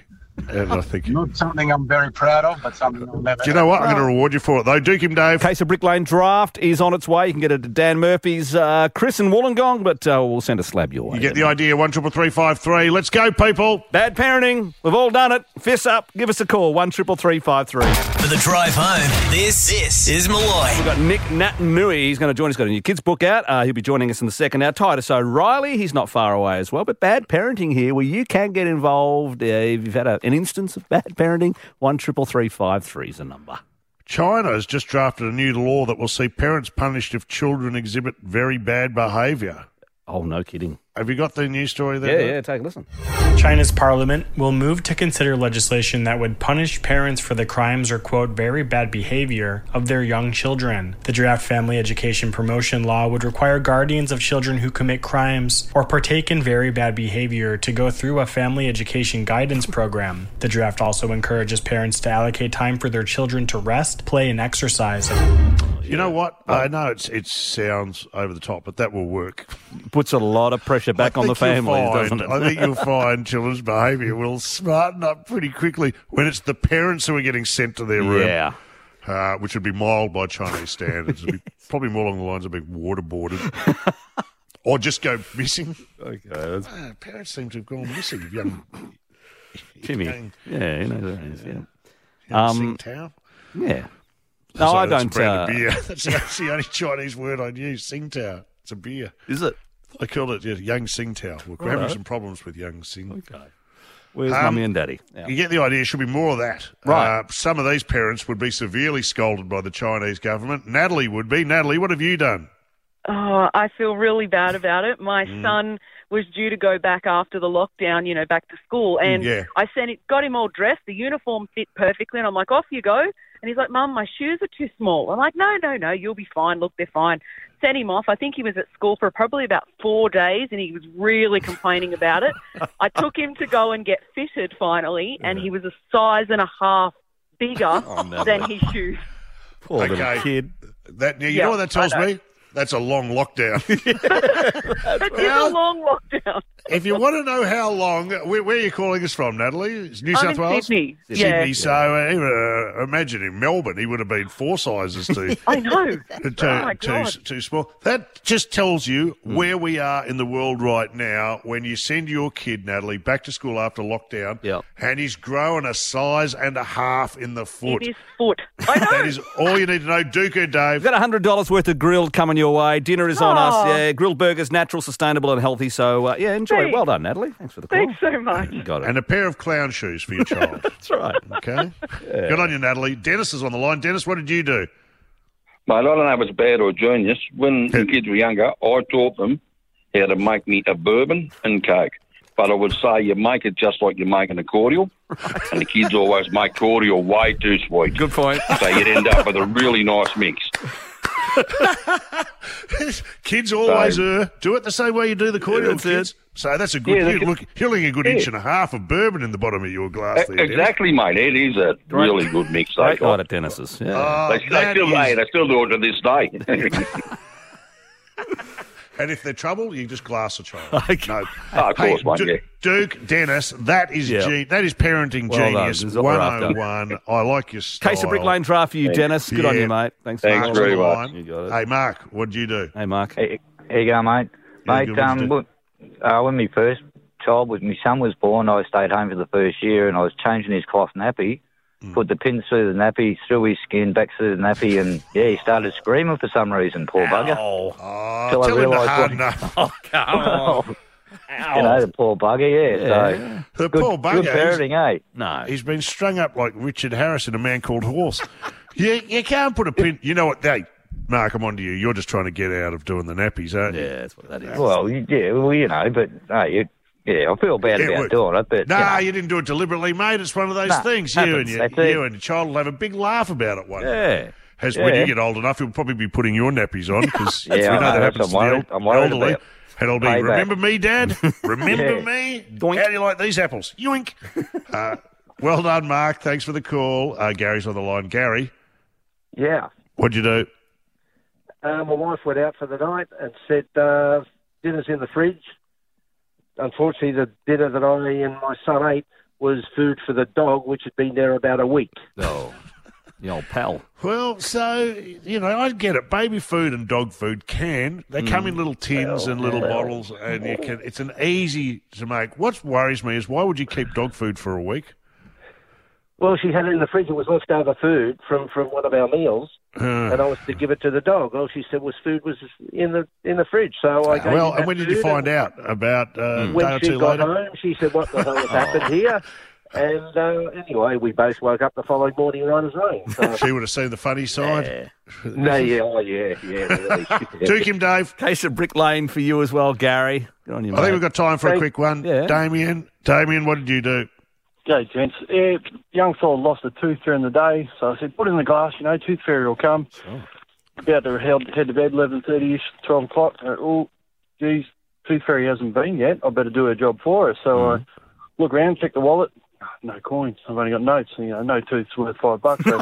[SPEAKER 2] And I think, do
[SPEAKER 11] Not something I'm very proud of, but something I'll never.
[SPEAKER 2] you know what? I'm going to reward you for it, though. Duke him, Dave.
[SPEAKER 3] Case of Brick Lane draft is on its way. You can get it at Dan Murphy's, uh, Chris and Wollongong, but uh, we'll send a slab your way.
[SPEAKER 2] You get the idea. One triple three five three. Let's go, people.
[SPEAKER 3] Bad parenting. We've all done it. Fists up. Give us a call. One triple three five three.
[SPEAKER 1] For the drive home, this, this is Malloy.
[SPEAKER 3] We've got Nick Natanui. He's going to join us. Got a new kids book out. Uh, he'll be joining us in the second hour. Titus O'Reilly. He's not far away as well. But bad parenting here, where you can get involved uh, if you've had a, an instance of bad parenting. One triple three five three is a number.
[SPEAKER 2] China has just drafted a new law that will see parents punished if children exhibit very bad behaviour.
[SPEAKER 3] Oh no, kidding.
[SPEAKER 2] Have you got the news story
[SPEAKER 3] Yeah,
[SPEAKER 2] there?
[SPEAKER 3] yeah. Take a listen.
[SPEAKER 10] China's parliament will move to consider legislation that would punish parents for the crimes or, quote, very bad behavior of their young children. The draft family education promotion law would require guardians of children who commit crimes or partake in very bad behavior to go through a family education guidance program. The
[SPEAKER 3] Oh,
[SPEAKER 10] draft also encourages parents to allocate time for their children to rest, play, and exercise.
[SPEAKER 2] You know what? I know it's it sounds over the top, but that will work.
[SPEAKER 3] Puts a lot of pressure back
[SPEAKER 2] I
[SPEAKER 3] on the
[SPEAKER 2] think you'll
[SPEAKER 3] families,
[SPEAKER 2] find-
[SPEAKER 3] doesn't it?
[SPEAKER 2] I
[SPEAKER 3] [laughs]
[SPEAKER 2] think you'll find children's behaviour will smarten up pretty quickly when it's the parents who are getting sent to their room.
[SPEAKER 3] Yeah.
[SPEAKER 2] Uh, which would be mild by
[SPEAKER 3] [laughs]
[SPEAKER 2] Chinese standards. It'd be probably more along the lines of being waterboarded.
[SPEAKER 3] [laughs]
[SPEAKER 2] or just go missing.
[SPEAKER 3] Okay, that's
[SPEAKER 2] Uh, parents seem to have gone missing of young,
[SPEAKER 3] Jimmy.
[SPEAKER 2] young,
[SPEAKER 3] Yeah, you know that is. Yeah.
[SPEAKER 2] young
[SPEAKER 3] Um,
[SPEAKER 2] Singtown.
[SPEAKER 3] Yeah. No,
[SPEAKER 2] Sorry,
[SPEAKER 3] I
[SPEAKER 2] that's a
[SPEAKER 3] don't.
[SPEAKER 2] brand
[SPEAKER 3] Uh,
[SPEAKER 2] of beer. [laughs] That's, that's the only Chinese word I'd use, Singtao. It's a beer.
[SPEAKER 3] is it?
[SPEAKER 2] I called it yeah, Young Singtao. We're having some problems with Young Sing.
[SPEAKER 3] Okay. Where's
[SPEAKER 2] Um,
[SPEAKER 3] mummy and daddy? Yeah.
[SPEAKER 2] You get the idea. Should be more of that.
[SPEAKER 3] Right.
[SPEAKER 2] Uh, some of these parents would be severely scolded by the Chinese government. Natalie would be. Natalie, what have you done?
[SPEAKER 12] Oh, I feel really bad about it. My son was due to go back after the lockdown, you know, back to school, and
[SPEAKER 2] yeah.
[SPEAKER 12] I sent it, got him all dressed. The uniform fit perfectly, and I'm like, "Off you go!" And he's like, "Mum, my shoes are too small." I'm like, "No, no, no, you'll be fine. Look, they're fine." Sent him off. I think he was at school for probably about four days, and he was really complaining about it. I took him to go and get fitted finally, and he was a size and a half bigger
[SPEAKER 3] no.
[SPEAKER 12] than his shoes.
[SPEAKER 3] Poor
[SPEAKER 2] Okay.
[SPEAKER 3] little kid.
[SPEAKER 2] That now, you
[SPEAKER 12] Yeah,
[SPEAKER 2] know what that tells
[SPEAKER 12] I know.
[SPEAKER 2] me? That's a long lockdown.
[SPEAKER 12] It's a long lockdown.
[SPEAKER 2] if you want to know how long, where, where are you calling us from, Natalie? It's New
[SPEAKER 12] I'm
[SPEAKER 2] South
[SPEAKER 12] in
[SPEAKER 2] Wales.
[SPEAKER 12] Sydney.
[SPEAKER 2] Sydney.
[SPEAKER 12] Yeah.
[SPEAKER 2] So uh, uh, imagine in Melbourne, he would have been four sizes
[SPEAKER 12] [laughs]
[SPEAKER 2] too.
[SPEAKER 12] I know.
[SPEAKER 2] Too,
[SPEAKER 12] Oh, my
[SPEAKER 2] too,
[SPEAKER 12] God.
[SPEAKER 2] too small. That just tells you
[SPEAKER 3] Hmm.
[SPEAKER 2] where we are in the world right now when you send your kid, Natalie, back to school after lockdown,
[SPEAKER 3] Yeah.
[SPEAKER 2] and he's growing a size and a half in the foot.
[SPEAKER 12] It is foot. I know.
[SPEAKER 2] [laughs] That is all you need to know. Duker, Dave.
[SPEAKER 3] We've got $100 worth of grilled coming your way. Dinner is on us.
[SPEAKER 12] Aw.
[SPEAKER 3] Yeah, grilled burgers, natural, sustainable, and healthy. So, uh, yeah, enjoy.
[SPEAKER 12] Thanks.
[SPEAKER 3] Well done, Natalie. Thanks for the call.
[SPEAKER 12] Thanks so much.
[SPEAKER 3] You got it.
[SPEAKER 2] And a pair of
[SPEAKER 3] [laughs]
[SPEAKER 2] clown shoes for your child.
[SPEAKER 3] That's right. [laughs]
[SPEAKER 2] Okay? Good on you, Natalie. Dennis is on the line. Dennis, what did you do?
[SPEAKER 13] Mate, I don't know if it's bad or genius. When the kids were younger, I taught them how to make me a bourbon and coke. But I would say you make it just like you're making a cordial. And the kids always make cordial way too sweet.
[SPEAKER 3] Good point.
[SPEAKER 13] So you'd end up with a really nice mix.
[SPEAKER 2] [laughs] Kids always uh, do it the same way you do the cordial
[SPEAKER 3] that's
[SPEAKER 2] kids. So that's a good.
[SPEAKER 13] Yeah,
[SPEAKER 2] you,
[SPEAKER 13] that's-
[SPEAKER 2] look, you're looking a good inch and a half of bourbon in the bottom of your glass.
[SPEAKER 13] E-
[SPEAKER 2] there, Dennis.
[SPEAKER 13] Exactly, mate. It is a really good mix. They,
[SPEAKER 3] Great night
[SPEAKER 13] got.
[SPEAKER 3] at Dennis's. Yeah.
[SPEAKER 2] Oh,
[SPEAKER 13] they, they,
[SPEAKER 2] that
[SPEAKER 13] still,
[SPEAKER 2] is-
[SPEAKER 13] hey, they still do it to this
[SPEAKER 3] [laughs]
[SPEAKER 13] day.
[SPEAKER 2] And if they're trouble, you just glass
[SPEAKER 3] [laughs]
[SPEAKER 2] a child. No.
[SPEAKER 13] Oh, of course, mate,
[SPEAKER 2] Du-
[SPEAKER 13] yeah.
[SPEAKER 2] Duke Dennis, that is
[SPEAKER 3] Yeah.
[SPEAKER 2] ge- that is parenting
[SPEAKER 3] Well done.
[SPEAKER 2] genius.
[SPEAKER 3] This is what we're after.
[SPEAKER 2] 101. I like your style.
[SPEAKER 3] Case of Brick Lane draft for you, Dennis. Good on
[SPEAKER 2] Yeah.
[SPEAKER 3] you, mate.
[SPEAKER 13] Thanks
[SPEAKER 3] Thanks, Mark.
[SPEAKER 2] Mark's on
[SPEAKER 13] very
[SPEAKER 2] the
[SPEAKER 13] much.
[SPEAKER 2] line.
[SPEAKER 3] You got it.
[SPEAKER 2] Hey, Mark, what did you do?
[SPEAKER 3] Hey, Mark.
[SPEAKER 14] Hey, here you go, mate.
[SPEAKER 2] Yeah,
[SPEAKER 14] Mate,
[SPEAKER 2] good one,
[SPEAKER 14] um,
[SPEAKER 2] Steve.
[SPEAKER 14] look, uh, when my first child was, my son was born, I stayed home for the first year and I was changing his cloth nappy,
[SPEAKER 2] Hmm.
[SPEAKER 14] put the pins through the nappy, through his skin, back through the nappy, and yeah, he started screaming for some reason, poor bugger.
[SPEAKER 3] Oh,
[SPEAKER 2] Oh,
[SPEAKER 14] Till I
[SPEAKER 2] tell him to
[SPEAKER 14] realised
[SPEAKER 2] harden
[SPEAKER 14] what-
[SPEAKER 3] [laughs]
[SPEAKER 2] up.
[SPEAKER 3] come on.
[SPEAKER 14] [laughs] You know, the poor bugger, yeah.
[SPEAKER 3] Yeah.
[SPEAKER 14] So,
[SPEAKER 2] The
[SPEAKER 14] good,
[SPEAKER 2] poor bugger.
[SPEAKER 14] good
[SPEAKER 2] Uh, he's-
[SPEAKER 14] parenting, eh?
[SPEAKER 3] No.
[SPEAKER 2] He's been strung up like Richard Harris in A Man Called Horse. [laughs] you, you can't put a pin. You know what? They, Mark, I'm onto you. You're just trying to get out of doing the nappies, aren't
[SPEAKER 3] Yeah,
[SPEAKER 2] you?
[SPEAKER 3] that's what that is.
[SPEAKER 14] Well, you- yeah, well, you know, but no, you, yeah, I feel bad
[SPEAKER 2] Yeah,
[SPEAKER 14] about
[SPEAKER 2] well,
[SPEAKER 14] doing it, but
[SPEAKER 2] Nah,
[SPEAKER 14] you know,
[SPEAKER 2] you didn't do it deliberately, mate. It's one of those
[SPEAKER 14] Nah,
[SPEAKER 2] things. you and
[SPEAKER 14] happens.
[SPEAKER 2] your,
[SPEAKER 14] That's it.
[SPEAKER 2] you and your child will have a big laugh about it one day.
[SPEAKER 3] yeah.
[SPEAKER 2] As when you
[SPEAKER 14] Yeah.
[SPEAKER 2] get old enough, you'll probably be putting your nappies on
[SPEAKER 14] [laughs]
[SPEAKER 2] because
[SPEAKER 14] Yeah,
[SPEAKER 2] we know
[SPEAKER 14] I know,
[SPEAKER 2] that
[SPEAKER 14] that's
[SPEAKER 2] happens
[SPEAKER 14] what I'm
[SPEAKER 2] to
[SPEAKER 14] worried-
[SPEAKER 2] the
[SPEAKER 14] I'm
[SPEAKER 2] el-
[SPEAKER 14] worried
[SPEAKER 2] elderly.
[SPEAKER 14] about.
[SPEAKER 2] And I'll be,
[SPEAKER 14] Payback.
[SPEAKER 2] remember me, Dad? Remember
[SPEAKER 14] Yeah.
[SPEAKER 2] me?
[SPEAKER 3] Doink.
[SPEAKER 2] How do you like these apples? Yoink.
[SPEAKER 15] [laughs]
[SPEAKER 2] Uh, well done, Mark. Thanks for the call. Uh, Gary's on the line. Gary,
[SPEAKER 15] Yeah.
[SPEAKER 2] what'd you do?
[SPEAKER 15] Uh, my wife went out for the night and said uh, dinner's in the fridge. Unfortunately, the dinner that I and my son ate was food for the dog, which had been there about a week.
[SPEAKER 3] Oh, the old pal.
[SPEAKER 2] Well, so you know, I get it. Baby food and dog food can they come
[SPEAKER 3] Mm.
[SPEAKER 2] in little tins and little bottles, and you can. It's an easy to make. What worries me is why would you keep dog food for a week?
[SPEAKER 15] Well, she had it in the fridge. It was leftover food from, from one of our meals,
[SPEAKER 2] Uh,
[SPEAKER 3] Mm.
[SPEAKER 15] and I was to give it to the dog. All she said was food was in the in the fridge. So I gave
[SPEAKER 2] well,
[SPEAKER 15] him that
[SPEAKER 2] and when did you
[SPEAKER 15] food,
[SPEAKER 2] find
[SPEAKER 15] and
[SPEAKER 2] out about uh, a day or
[SPEAKER 15] When she
[SPEAKER 2] two
[SPEAKER 15] got
[SPEAKER 2] later? Oh.
[SPEAKER 15] home, she said, "What the hell has happened here?" And uh, anyway, we both woke up the following morning and on his rain.
[SPEAKER 2] [laughs]
[SPEAKER 15] So.
[SPEAKER 2] [laughs] She would have seen the funny side. [laughs]
[SPEAKER 15] No, yeah, oh, yeah, yeah. really.
[SPEAKER 2] Duke him, Dave.
[SPEAKER 3] Case of Brick Lane for you as well, Gary. Good on you,
[SPEAKER 2] I think
[SPEAKER 3] mate.
[SPEAKER 2] we've got time for a
[SPEAKER 15] Hey.
[SPEAKER 2] quick one.
[SPEAKER 3] Yeah.
[SPEAKER 2] Damien, Damien, what did you do?
[SPEAKER 16] Okay, gents. Yeah, young fella lost a tooth during the day, so I said, put it in the glass, you know, tooth fairy will come. About to head, head to bed, 11.30ish, 12 o'clock. and, oh, geez, tooth fairy hasn't been yet. I better do her job for her.
[SPEAKER 3] Hmm.
[SPEAKER 16] So I Ah, look around, check the wallet. No coins. I've only got notes. You know, no tooth's worth five bucks. So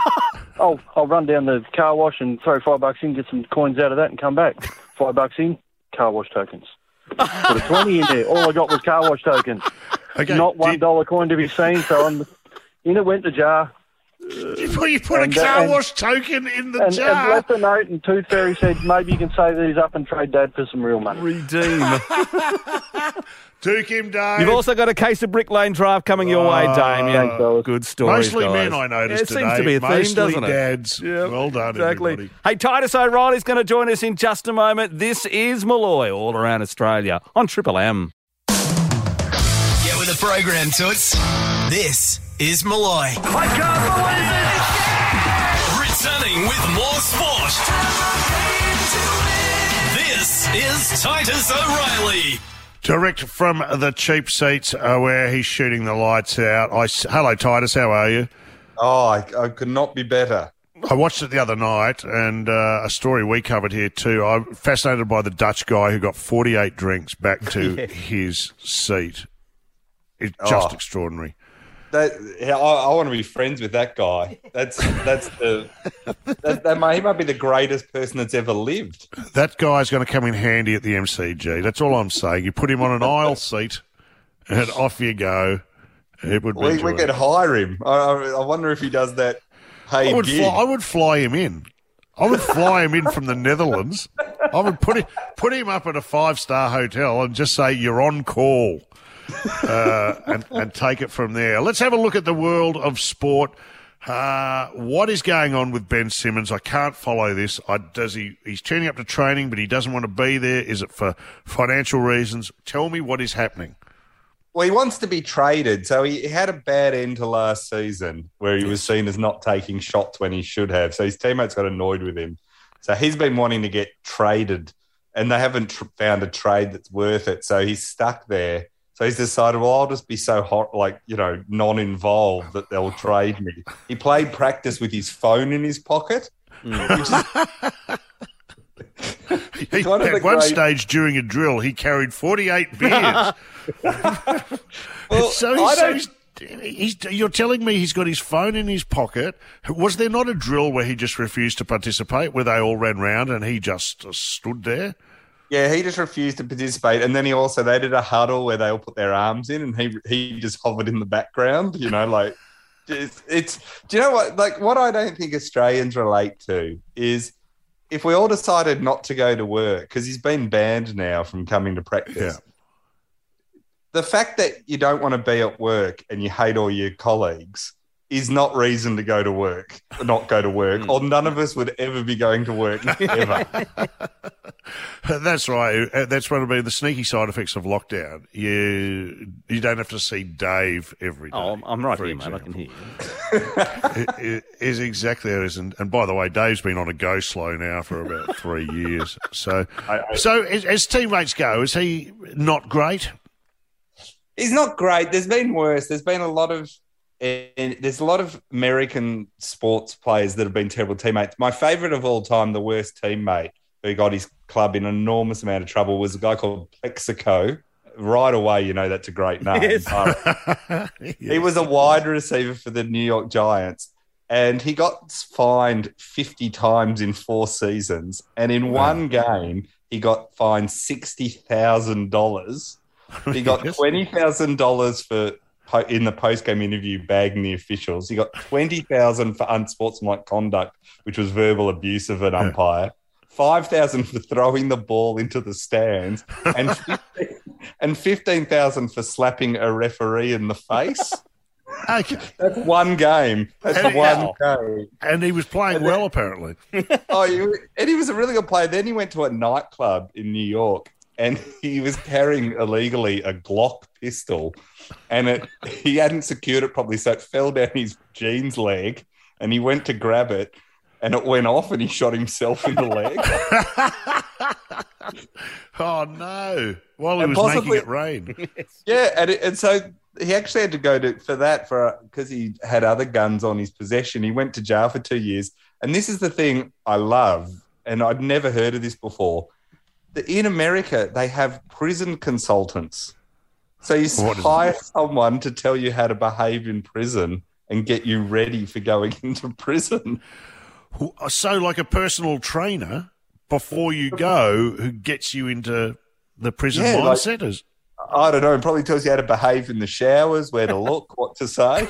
[SPEAKER 16] I'll I'll run down the car wash and throw five bucks in, get some coins out of that, and come back. Five bucks in, car wash tokens. Put a twenty in there. All I got was car wash tokens.
[SPEAKER 2] Okay,
[SPEAKER 16] Not one dollar coin to be seen. So I'm in it went the jar. uh,
[SPEAKER 2] You put, you put a car wash token in the
[SPEAKER 16] and,
[SPEAKER 2] jar.
[SPEAKER 16] And left a note, and Tooth Fairy said maybe you can save these up and trade Dad for some real money. [laughs]
[SPEAKER 3] Redeem.
[SPEAKER 2] Duke him, Dave.
[SPEAKER 3] You've also got a case of Brick Lane Drive coming your way,
[SPEAKER 12] Oh,
[SPEAKER 2] Ah,
[SPEAKER 3] Damien. Good story.
[SPEAKER 2] Mostly men, I noticed
[SPEAKER 3] It
[SPEAKER 2] today.
[SPEAKER 3] seems to be a theme,
[SPEAKER 2] Mostly
[SPEAKER 3] doesn't it?
[SPEAKER 2] dads. Well done,
[SPEAKER 3] Exactly.
[SPEAKER 2] everybody.
[SPEAKER 3] Hey, Titus O'Reilly's going to join us in just a moment. This is Malloy all around Australia on Triple M.
[SPEAKER 1] Get with the program, Toots. This is Malloy. I can't believe it! Returning with more sport. This is Titus O'Reilly.
[SPEAKER 2] Direct from the cheap seats uh, where he's shooting the lights out. I s hello, Titus. How are you?
[SPEAKER 17] Oh, I, I could not be better.
[SPEAKER 2] I watched it the other night, and uh, a story we covered here too. I'm fascinated by the Dutch guy who got 48 drinks back
[SPEAKER 3] [laughs]
[SPEAKER 2] to
[SPEAKER 17] Yeah.
[SPEAKER 2] his seat. It's just
[SPEAKER 17] Oh.
[SPEAKER 2] extraordinary.
[SPEAKER 17] That yeah, I, I want to be friends with that guy. That's that's the that, that might, he might be the greatest person that's ever lived.
[SPEAKER 2] That guy's going to come in handy at the MCG. That's all I'm saying. You put him on
[SPEAKER 17] [laughs]
[SPEAKER 2] an aisle seat, and off you go. It would be.
[SPEAKER 17] We, we
[SPEAKER 2] enjoyable.
[SPEAKER 17] could hire him. I, I I wonder if he does that. Hey,
[SPEAKER 2] I would,
[SPEAKER 17] gig.
[SPEAKER 2] fly, I would fly him in. I would fly him in from the Netherlands. I would put him, put him up at a five star hotel and just say you're on call, uh, and, and take it from there. Let's have a look at the world of sport. Uh, what is going on with Ben Simmons? I can't follow this. I, does he? He's turning up to training, but he doesn't want to be there. Is it for financial reasons? Tell me what is happening.
[SPEAKER 17] Well, he wants to be traded. So he had a bad end to last season where he was seen as not taking shots when he should have. So his teammates got annoyed with him. So he's been wanting to get traded and they haven't tr- found a trade that's worth it. So he's stuck there. So he's decided, well, I'll just be so hot, like, you know, non involved that they'll trade me. He played practice with his phone in his pocket. Which
[SPEAKER 2] [laughs]
[SPEAKER 17] is [laughs] One of the
[SPEAKER 2] At one
[SPEAKER 17] great-
[SPEAKER 2] stage during a drill, he
[SPEAKER 17] [laughs]
[SPEAKER 2] carried forty-eight beers.
[SPEAKER 17] Well,
[SPEAKER 2] so
[SPEAKER 17] I
[SPEAKER 2] he's, so
[SPEAKER 17] don't-
[SPEAKER 2] he's, he's, you're telling me he's got his phone in his pocket. Was there not a drill where he just refused to participate, where they all ran round and he just uh, stood there?
[SPEAKER 17] Yeah, he just refused to participate, and then he also they did a huddle where they all put their arms in, and he he just hovered in the background. You know, like it's, it's do you know what like what I don't think Australians relate to is if we all decided not to go to work because he's been banned now from coming to practice. The fact that you don't want to be at work and you hate all your colleagues is not reason to go to work, not go to work, or none of us would ever be going to work ever.
[SPEAKER 2] [laughs] That's right. Uh, That's one of the sneaky side effects of lockdown. You you don't have to see Dave every day.
[SPEAKER 3] Oh, I'm- I'm right
[SPEAKER 2] for
[SPEAKER 3] here, mate. I can
[SPEAKER 2] example. [laughs] it, it is exactly how it is. And, and by the way, Dave's been on a go slow now
[SPEAKER 3] [laughs]
[SPEAKER 2] for about three years. So, so as, as teammates go, is he not great?
[SPEAKER 17] he's not great. There's been worse. There's been a lot of and there's a lot of American sports players that have been terrible teammates. My favorite of all time, the worst teammate who got his club in an enormous amount of trouble was a guy called Plexico. Right away, you know that's a great name. Uh, He was a wide receiver for the New York Giants, and he got fined 50 times in four seasons. And in one game, he got fined $60,000. He got $20,000 for po- in the post-game interview bagging the officials. He got 20,000 for unsportsmanlike conduct, which was verbal abuse of an umpire. 5,000 for throwing the ball into the stands and 15 and 15,000 for slapping a referee in the face.
[SPEAKER 2] Okay.
[SPEAKER 17] That's one game. That's
[SPEAKER 2] And-
[SPEAKER 17] one game.
[SPEAKER 2] And he was playing well, apparently.
[SPEAKER 17] [laughs] Oh, you- and he was a really good player. Then he went to a nightclub in New York and [laughs] he was carrying illegally a Glock pistol and it he hadn't secured it properly. So it fell down his jeans leg and he went to grab it and it went off and he shot himself in the leg.
[SPEAKER 2] Oh no! While he
[SPEAKER 17] And
[SPEAKER 2] was
[SPEAKER 17] possibly-
[SPEAKER 2] making it rain.
[SPEAKER 17] Yeah, and, it, and so he actually had to go to for that for because he had other guns on his possession. He went to jail for two years, and this is the thing I love, and I'd never heard of this before. That in America they have prison consultants, so you
[SPEAKER 2] What is-
[SPEAKER 17] hire someone to tell you how to behave in prison. and get you ready for going [laughs] into prison.
[SPEAKER 2] So, like a personal trainer before you go, who gets you into the prison
[SPEAKER 17] Yeah, like-
[SPEAKER 2] mindset? is
[SPEAKER 17] I don't know. It probably tells you how to behave in the showers, where to look, what to say.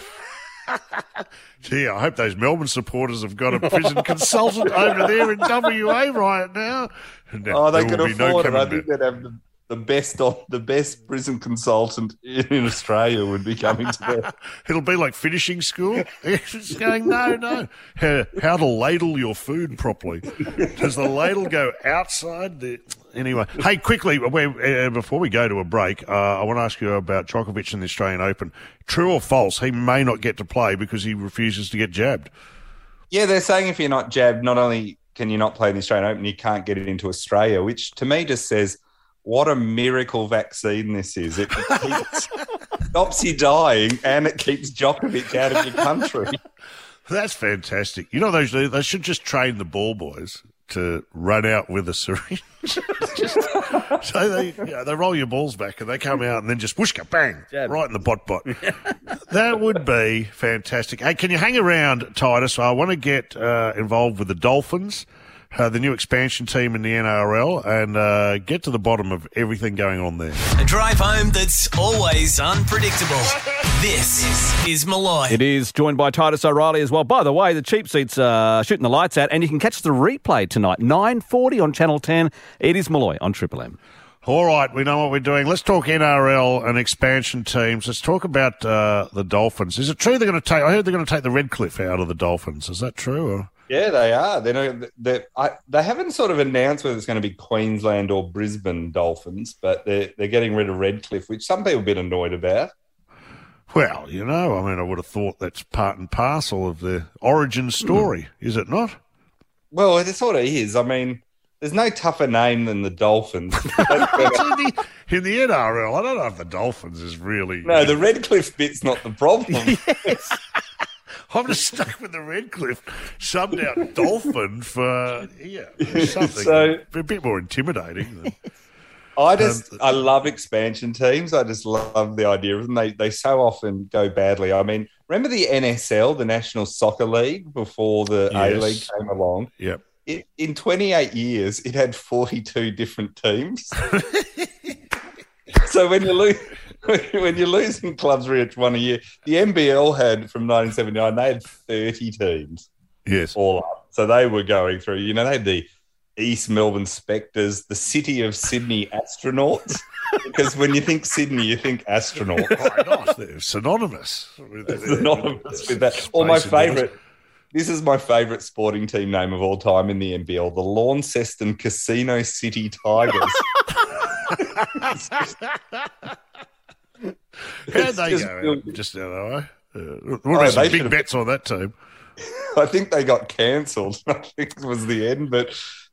[SPEAKER 2] Gee, I hope those Melbourne supporters have got
[SPEAKER 3] [laughs]
[SPEAKER 2] a prison consultant over there in WA right now. No,
[SPEAKER 17] oh, they
[SPEAKER 2] there
[SPEAKER 17] could
[SPEAKER 2] will be no
[SPEAKER 17] afford it. I
[SPEAKER 2] coming
[SPEAKER 17] think they'd have the, the best of the best prison consultant in Australia would be coming to them.
[SPEAKER 2] [laughs] It'll be like finishing school. [laughs] it's going, no, no. How, how to ladle your food properly. Does the ladle go outside the. Anyway, hey, quickly, we- uh, before we go to a break, uh, I want to ask you about Djokovic in the Australian Open. True or false, he may not get to play because he refuses to get jabbed.
[SPEAKER 17] [laughs] Yeah, they're saying if you're not jabbed, not only can you not play in the Australian Open, you can't get it into Australia, which to me just says what a miracle vaccine this is. It [laughs] keeps, stops you dying and it keeps Djokovic out of your country.
[SPEAKER 2] [laughs] That's fantastic. You know, those they should just train the ball boys to run out with a syringe. [laughs] so they you know, they roll your balls back and they come out and then just whooshka bang right in the bot bot. that would be fantastic. Hey, can you hang around, Titus? I want to get uh, involved with the Dolphins. Uh, the new expansion team in the NRL and uh, get to the bottom of everything going on there.
[SPEAKER 1] A drive home that's always unpredictable. This is Malloy.
[SPEAKER 3] It is joined by Titus O'Reilly as well. By the way, the cheap seats uh, shooting the lights out, and you can catch the replay tonight, nine forty on Channel Ten. It is Malloy on Triple M.
[SPEAKER 2] All right, we know what we're doing. Let's talk NRL and expansion teams. Let's talk about uh, the Dolphins. Is it true they're going to take? I heard they're going to take the Redcliffe out of the Dolphins. Is that true? Or?
[SPEAKER 17] Yeah, they are. They don't. They, I, they haven't sort of announced whether it's going to be Queensland or Brisbane Dolphins, but they're they're getting rid of Redcliffe, which some people have been annoyed about.
[SPEAKER 2] Well, you know, I mean, I would have thought that's part and parcel of the origin story, is it not?
[SPEAKER 17] Well, it sort of is. I mean, there's no tougher name than the
[SPEAKER 2] [laughs]
[SPEAKER 17] Dolphins. That's-
[SPEAKER 2] It's in, the, in the NRL, I don't know if the Dolphins is really.
[SPEAKER 17] no, the Redcliffe bit's not the
[SPEAKER 2] [laughs]
[SPEAKER 17] problem.
[SPEAKER 2] [laughs] I'm just stuck with the Redcliffe, subbed out Dolphin for yeah
[SPEAKER 17] [laughs]
[SPEAKER 2] something
[SPEAKER 17] So-
[SPEAKER 2] a bit more intimidating. Than, Um, uh,
[SPEAKER 17] I just I love expansion teams. I just love the idea of them. They they so often go badly. I mean, remember the NSL, the National Soccer League, before the
[SPEAKER 2] Yes.
[SPEAKER 17] A League came along.
[SPEAKER 2] yep.
[SPEAKER 17] It, in 28 years, it had 42 different
[SPEAKER 2] [laughs]
[SPEAKER 17] teams. so when you lose. [laughs] When you're losing clubs reach one a year, the NBL had from 1979 they had 30 teams.
[SPEAKER 2] Yes,
[SPEAKER 17] all up. So they were going through. You know, they had the East Melbourne Spectres, the City of Sydney
[SPEAKER 2] [laughs]
[SPEAKER 17] Astronauts, because when you think Sydney, you think astronaut.
[SPEAKER 2] Why not? Oh They're synonymous. With,
[SPEAKER 17] Synonymous with that. Or my
[SPEAKER 2] Space Invaders.
[SPEAKER 17] favourite. This is my favourite sporting team name of all time in the NBL: the Launceston Casino City Tigers.
[SPEAKER 2] How'd they
[SPEAKER 17] Just
[SPEAKER 2] go?
[SPEAKER 17] build-
[SPEAKER 2] Out? Just out of the way. Uh,
[SPEAKER 17] Oh,
[SPEAKER 2] what are some
[SPEAKER 17] they
[SPEAKER 2] big
[SPEAKER 17] should've-
[SPEAKER 2] bets on that team?
[SPEAKER 17] I think they got cancelled. [laughs] I think was the end. But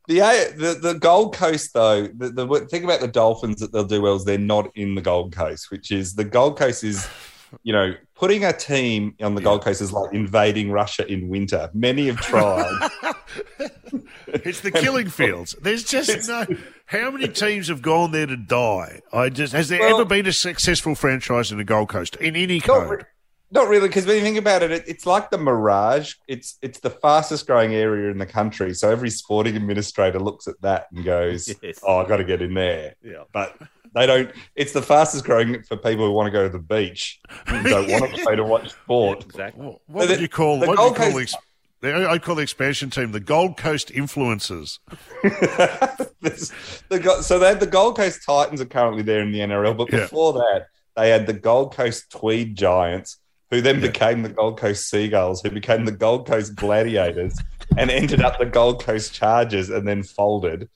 [SPEAKER 17] the A- the, the Gold Coast though, the, the thing about the Dolphins that they'll do well is they're not in the Gold Coast, which is the Gold Coast is, you know, putting a team on the Gold Coast is like invading Russia in winter. Many have tried.
[SPEAKER 2] [laughs] It's the killing fields. There's just no. How many teams have gone there to die? I just has there
[SPEAKER 17] Well-
[SPEAKER 2] ever been a successful franchise in the Gold Coast in any
[SPEAKER 17] Not re-
[SPEAKER 2] code?
[SPEAKER 17] Not really, because when you think about it, it, it's like the Mirage. It's it's the fastest growing area in the country. So every sporting administrator looks at that and
[SPEAKER 2] [laughs]
[SPEAKER 17] goes, "Oh, I got to get in there."
[SPEAKER 3] Yeah.
[SPEAKER 17] but they don't. It's the fastest growing for people who want to go to the beach and don't want to play to watch sport.
[SPEAKER 3] Exactly.
[SPEAKER 2] What would
[SPEAKER 17] the-
[SPEAKER 2] you call?
[SPEAKER 17] the
[SPEAKER 2] What do you
[SPEAKER 17] Gold
[SPEAKER 2] call the,
[SPEAKER 17] Coast-
[SPEAKER 2] ex- the- I call the expansion team the Gold Coast influencers.
[SPEAKER 17] This- the Go- so they had the Gold Coast Titans are currently there in the NRL, but
[SPEAKER 2] Yeah.
[SPEAKER 17] before that, they had the Gold Coast Tweed Giants, who then became the Gold Coast Seagulls, who became the Gold Coast Gladiators, and ended up the Gold Coast Chargers, and then folded.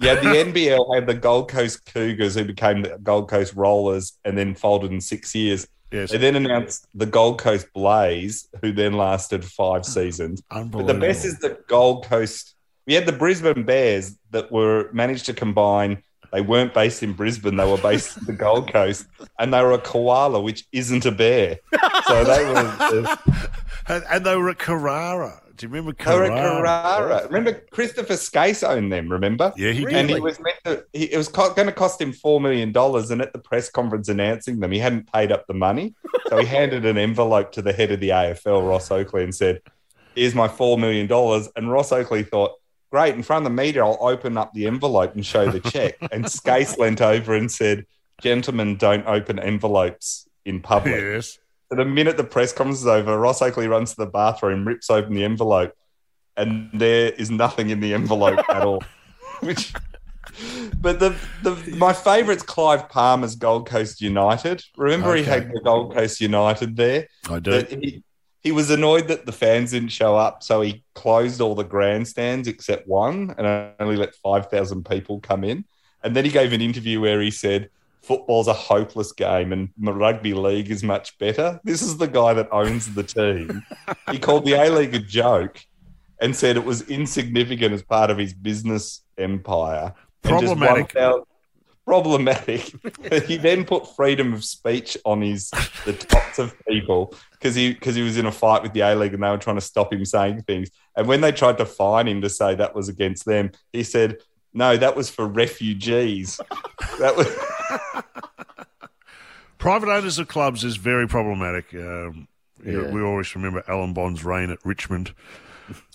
[SPEAKER 17] Yeah, the NBL had the Gold Coast Cougars, who became the Gold Coast Rollers, and then folded in six years.
[SPEAKER 2] Yes.
[SPEAKER 17] They then announced the Gold Coast Blaze, who then lasted five seasons. But the
[SPEAKER 2] Mm. Unbelievable.
[SPEAKER 17] best is the Gold Coast. We had the Brisbane Bears that were managed to combine. They weren't based in Brisbane; they were based in the Gold Coast, and they were a koala, which isn't a bear. So they were.
[SPEAKER 2] and, and they were at Carrara. Do you remember
[SPEAKER 17] Carrara?
[SPEAKER 2] Carrara.
[SPEAKER 17] Remember Christopher Skase owned them. Remember?
[SPEAKER 2] Yeah, he did.
[SPEAKER 17] And he
[SPEAKER 2] Really?
[SPEAKER 17] was meant to. He, it was co- going to cost him four million dollars, and at the press conference announcing them, he hadn't paid up the money, so he handed an envelope to the head of the AFL, Ross Oakley, and said, "Here's my four million dollars." And Ross Oakley thought. Great. In front of the media, I'll open up the envelope and show the
[SPEAKER 2] [laughs]
[SPEAKER 17] check. and Skase leant over and said, Gentlemen, don't open envelopes in public.
[SPEAKER 2] Yes.
[SPEAKER 17] So the minute the press conference is over, Ross Oakley runs to the bathroom, rips open the envelope, and there is nothing in the envelope at
[SPEAKER 2] [laughs]
[SPEAKER 17] all. Which, but the, the my favourite's Clive Palmer's Gold Coast United. Remember he
[SPEAKER 2] Okay.
[SPEAKER 17] had the Gold Coast United there.
[SPEAKER 2] I do.
[SPEAKER 17] That He, he was annoyed that the fans didn't show up, so he closed all the grandstands except one, and only let five thousand people come in. And then he gave an interview where he said, "Football's a hopeless game, and rugby league is much better." This is the guy that owns the team. he called the A League a joke, and said it was insignificant as part of his business empire. and just
[SPEAKER 2] Problematic.
[SPEAKER 17] wiped out- problematic. he then put freedom of speech on his the tops of people because he because he was in a fight with the A League and they were trying to stop him saying things. And when they tried to fine him to say that was against them, he said, "No, that was for refugees." [laughs] that was
[SPEAKER 2] Private owners of clubs is very problematic. Um, you know,
[SPEAKER 17] Yeah.
[SPEAKER 2] we always remember Alan Bond's reign at Richmond.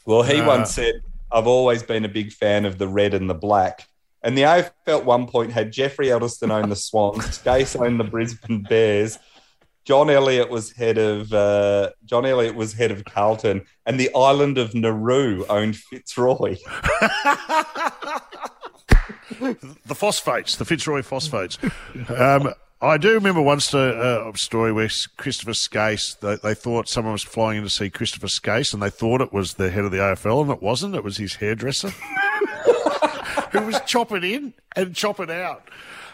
[SPEAKER 17] Well, he
[SPEAKER 2] Uh,
[SPEAKER 17] once said, I've always been a big fan of the red and the black. And the AFL at one point had Jeffrey Edelston owned the
[SPEAKER 2] [laughs]
[SPEAKER 17] Swans, Gase owned the Brisbane Bears, John Elliott was head of uh, John Elliott was head of Carlton, and the island of Nauru owned Fitzroy.
[SPEAKER 2] [laughs] the phosphates, the Fitzroy phosphates. um, I do remember once a, a story where S- Christopher Skase, they, they thought someone was flying in to see Christopher Skase and they thought it was the head of the AFL and it wasn't. It was his hairdresser who was chopping in and chopping out.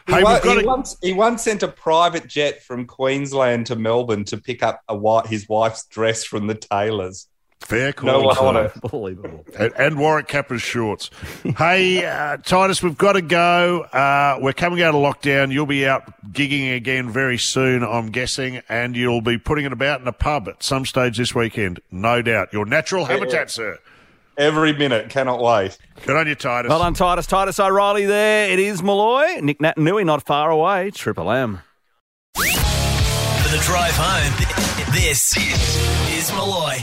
[SPEAKER 17] He,
[SPEAKER 2] Hey,
[SPEAKER 17] wa-
[SPEAKER 2] we've got
[SPEAKER 17] he
[SPEAKER 2] to-
[SPEAKER 17] once, he once sent a private jet from Queensland to Melbourne to pick up a wi his wife's dress from the tailor's.
[SPEAKER 2] Fair call.
[SPEAKER 17] No one
[SPEAKER 2] sir.
[SPEAKER 17] on it.
[SPEAKER 3] [laughs] Unbelievable.
[SPEAKER 2] And, and Warwick Kappa's shorts. hey, uh, Titus, we've got to go. Uh, we're coming out of lockdown. You'll be out gigging again very soon, I'm guessing, and you'll be putting it about in a pub at some stage this weekend, no doubt. Your natural habitat, sir.
[SPEAKER 17] Every minute, cannot wait.
[SPEAKER 2] Good on you, Titus.
[SPEAKER 3] Well done, Titus. Titus O'Reilly there. It is Malloy. Nick Natanui not far away. Triple M.
[SPEAKER 1] For the drive home, this is Malloy.